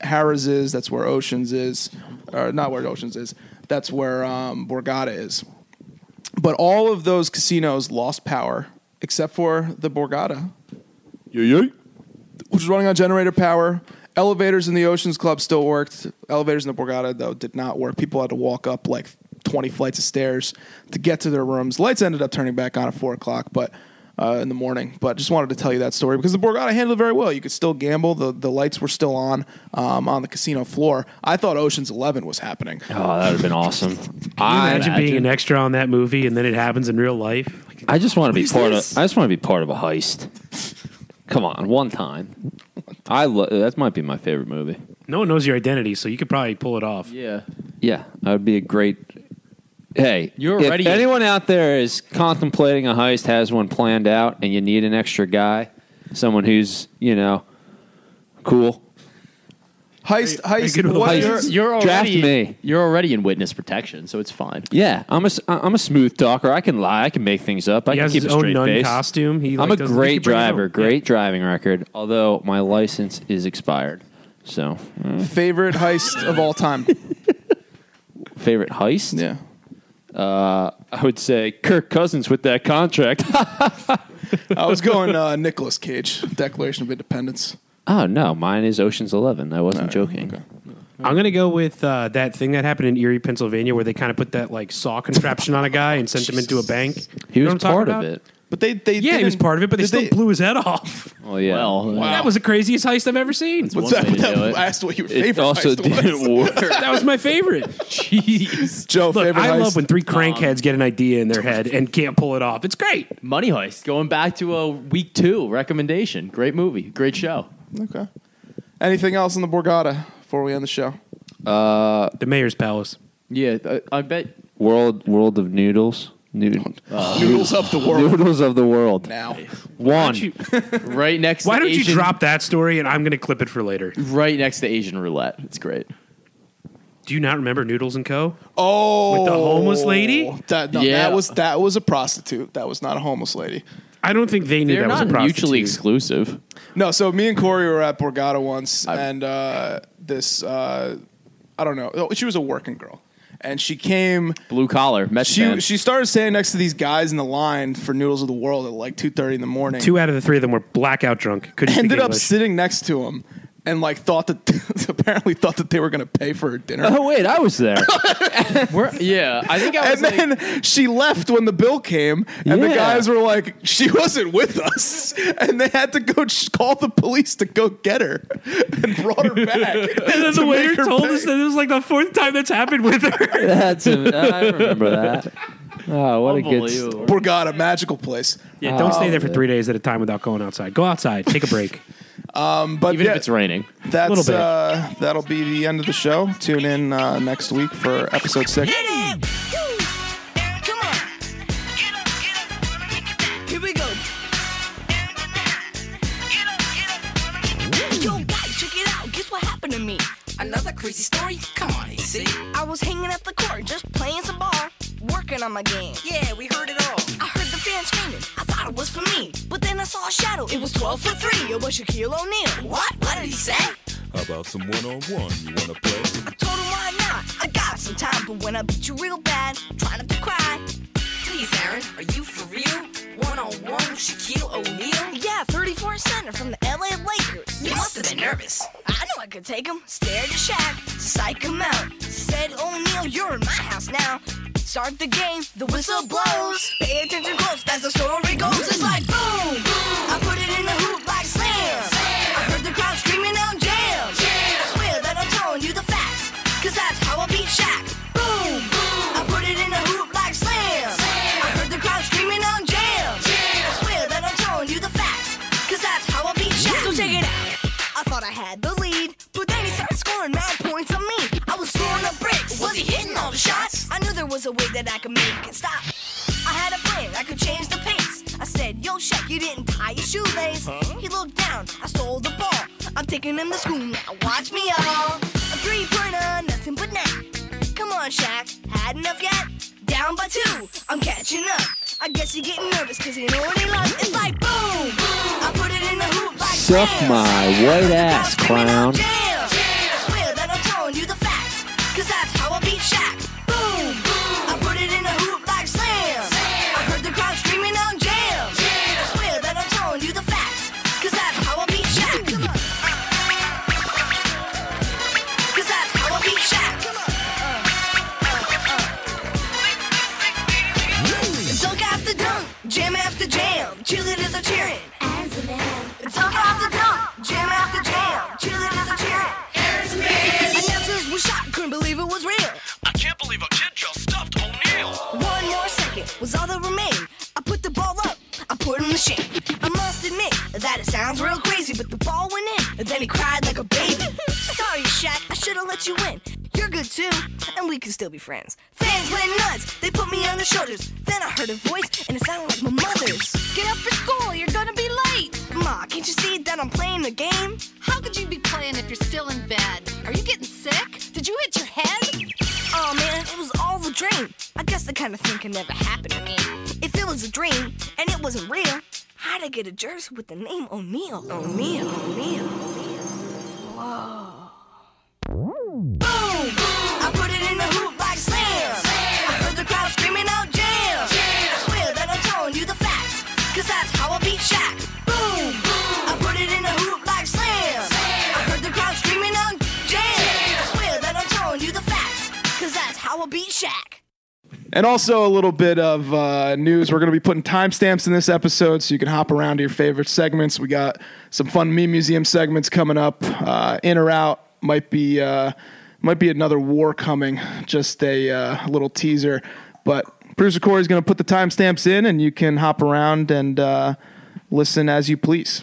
B: harris is that's where oceans is or not where oceans is that's where um, borgata is but all of those casinos lost power except for the Borgata, which was running on generator power. Elevators in the Oceans Club still worked. Elevators in the Borgata, though, did not work. People had to walk up like 20 flights of stairs to get to their rooms. Lights ended up turning back on at 4 o'clock, but. Uh, in the morning, but just wanted to tell you that story because the Borgata handled it very well. You could still gamble. The the lights were still on um, on the casino floor. I thought Ocean's Eleven was happening.
A: Oh, that would have been awesome.
E: Can you
A: I
E: imagine, being an extra on that movie and then it happens in real life.
A: I just want to be part of. I just want to be part of a heist. Come on, one time. I lo- that might be my favorite movie.
E: No one knows your identity, so you could probably pull it off.
D: Yeah.
A: Yeah, that would be a great. Hey,
D: You're
A: if
D: already-
A: anyone out there is contemplating a heist, has one planned out, and you need an extra guy, someone who's you know cool.
B: Heist,
E: Are you- are you
B: heist.
E: good with
B: what
E: heists?
B: you're-
D: You're
A: Draft me.
D: You're already in witness protection, so it's fine.
A: Yeah, I'm a s- I- I'm a smooth talker. I can lie. I can make things up. I
E: He
A: can
E: has
A: keep
E: his
A: a
E: own
A: straight
E: nun
A: face.
E: costume. He,
A: I'm
E: like,
A: a
E: does- he
A: great
E: can bring his own.
A: driver.
E: Yeah.
A: Great driving record. Although my license is expired. So uh,
B: favorite heist of all time.
A: favorite heist?
B: Yeah.
A: I would say Kirk Cousins with that contract.
B: I was going uh, Nicholas Cage, Declaration of Independence.
A: oh no, mine is Ocean's Eleven. I wasn't joking.
E: I'm gonna go with uh, that thing that happened in Erie, Pennsylvania, where they kind of put that like saw contraption on a guy and sent him into a bank.
A: He
E: You know
A: was
E: what I'm
A: part
E: talking
A: of
E: about?
A: it.
B: But they, they
E: Yeah, he was part of it, but they
B: did
E: still blew his head off.
A: Well, yeah.
D: Well,
B: Wow.
E: That was the craziest heist I've ever seen.
B: What's
D: one
B: that?
D: way to
B: that
D: do it.
B: I asked what your
A: it
B: favorite
A: also
B: heist was.
A: didn't work.
E: that was my favorite.
D: Jeez.
B: Joe,
E: Look,
B: favorite
E: I
B: heist.
E: love when three crankheads get an idea in their head and can't pull it off. It's great.
D: Money Heist. Going back to a week two recommendation. Great movie. Great show.
B: okay. Anything else on the Borgata before we end the show?
E: The mayor's palace.
D: Yeah, I, I bet.
A: World World of Noodles. Nood-
B: Noodles of the world
A: noodles of the world.
B: now.
A: One.
E: you-
D: Right next.
E: Why
D: to
E: don't
D: Asian,
E: you drop that story and I'm going to clip it for later?
D: Right next to Asian roulette. It's great.
E: Do you not remember Noodles and Co?
B: Oh,
E: With the homeless lady?
B: That, no,
D: Yeah.
B: that was that was a prostitute. That was not a homeless lady.
E: I don't think they knew
D: They're
E: that was a
D: not
E: prostitute.
D: mutually exclusive.
B: No, so me and Corey were at Borgata once, and uh, this uh, I don't know. oh, She was a working girl, and she came.
D: Blue collar. Mets
B: She
D: fan.
B: she started standing next to these guys in the line for Noodles of the World at like two thirty in the morning.
E: Two out of the three of them were blackout drunk. Couldn't
B: ended
E: speak
B: up
E: English.
B: sitting next to him and like thought that apparently thought that they were gonna pay for her dinner.
A: Oh wait, I was there.
D: We're- yeah, I think I
B: And
D: was. like,
B: then she left when the bill came, and the
A: Yeah.
B: guys were like, "She wasn't with us," and they had to go sh- call the police to go get her, and brought her back.
E: And then the
B: to make
E: waiter
B: her
E: told
B: pay.
E: us that it was like the fourth time that's happened with her.
A: That's. I remember that. I Oh, what a good. s-
D: Unbelievable.
B: Poor God, a magical place.
E: Yeah, don't stay there for
A: man.
E: three days at a time without going outside. Go outside, take a break.
B: But
D: Even
B: yeah,
D: if it's raining.
B: that's
E: little bit.
B: uh, that'll be the end of the show. Tune in uh, next week for episode six.
F: Hit it! Down, come on. Get up, get up, woman, make it back. Here we go. Down tonight. Get up, get up, woman, make it back.
G: Yo, guys, check it out. Guess what happened to me?
F: Another crazy story? Come on, AC.
G: I was hanging at the court, just playing some ball, working on my game.
F: Yeah, we heard it all.
G: I heard the fan screaming. I thought it was for me, but then I saw a shadow. It was 12 for three. It was Shaquille O'Neal.
F: What? What did he say?
H: How about some one on one you wanna play?
G: I told him why not. I got some time, but when I beat you real bad, try not to cry.
F: Please, Aaron, are you for real? One on one with Shaquille O'Neal?
G: Yeah, 34 center from the LA Lakers.
F: You must have been nervous.
G: I knew I could take him. Stared at Shaq, psych him out. Said, O'Neal, you're in my house now. Start the game, the whistle blows. Pay attention close, that's the story goes. It's like boom, I put it in the hoop like slam. I heard the crowd screaming out jam. I swear that I'm telling you the facts, cause that's how I beat Shaq. Boom, I put it in the hoop like slam. I heard the crowd screaming out jam. I swear that I'm telling you the facts, cause that's how I beat Shaq. So check it out. I thought I had the lead, but then he started scoring mad points on me. I was scoring up bricks. Was he hitting all the shots? I knew there was a way that I could make it stop. I had a plan, I could change the pace. I said, Yo, Shaq, you didn't tie your shoelace. He looked down, I stole the ball. I'm taking him to school now, watch me all. A three pointer, nothing but net. Come on, Shaq, had enough yet? Down by two, I'm catching up. I guess you're getting nervous, cause you know what he loves. It's like boom, I put it in the hoop like
A: Suck
G: this.
A: my white ass, clown.
G: Damn, I swear that I'm telling you the facts. Cause that's how I beat Shaq. Boom, I put it in a hoop like slam. I heard the crowd screaming on jam. I swear that I'm telling you the facts. Cause that's how I beat Shaq. Come on. Cause that's how I beat Shaq. Come on. Dunk after dunk, jam after jam, cheerleaders are cheering. As a man. Dunk after dunk, jam after jam, cheerleaders are cheering. Announcers were shocked, couldn't believe it was real.
I: I can't believe a kid just stuffed O'Neal.
G: One more second was all that remained. I put the ball up, I put him to shame. I must admit that it sounds real crazy, but the ball went in, and then he cried like a baby. Sorry, Shaq, I should've let you win. You're good too, and we can still be friends. Fans went nuts, they put me on their shoulders. Then I heard a voice, and it sounded like my mother's. Get up for school, you're gonna be late. Ma, can't you see that I'm playing the game?
J: How could you be playing if you're still in bed? Are you getting sick? Did you hit your head?
G: Oh man, it was all a dream. I guess the kind of thing can never happen to me. If it was a dream and it wasn't real, how'd I get a jersey with the name O'Neal? O'Neal, O'Neal. Boom! I put it in the hoop like slam. I heard the crowd screaming out jam. I swear that I'm telling you the facts, cause that's how I beat Shaq. Boom! I put it in the hoop like slam. I heard the crowd screaming out jam. I swear that I'm telling you the facts, cause that's how I beat Shaq.
B: And also a little bit of uh, news. We're going to be putting timestamps in this episode so you can hop around to your favorite segments. We got some fun meme museum segments coming up. Uh, in or out might be uh, might be another war coming. Just a uh, little teaser. But producer Corey's going to put the timestamps in, and you can hop around and uh, listen as you please.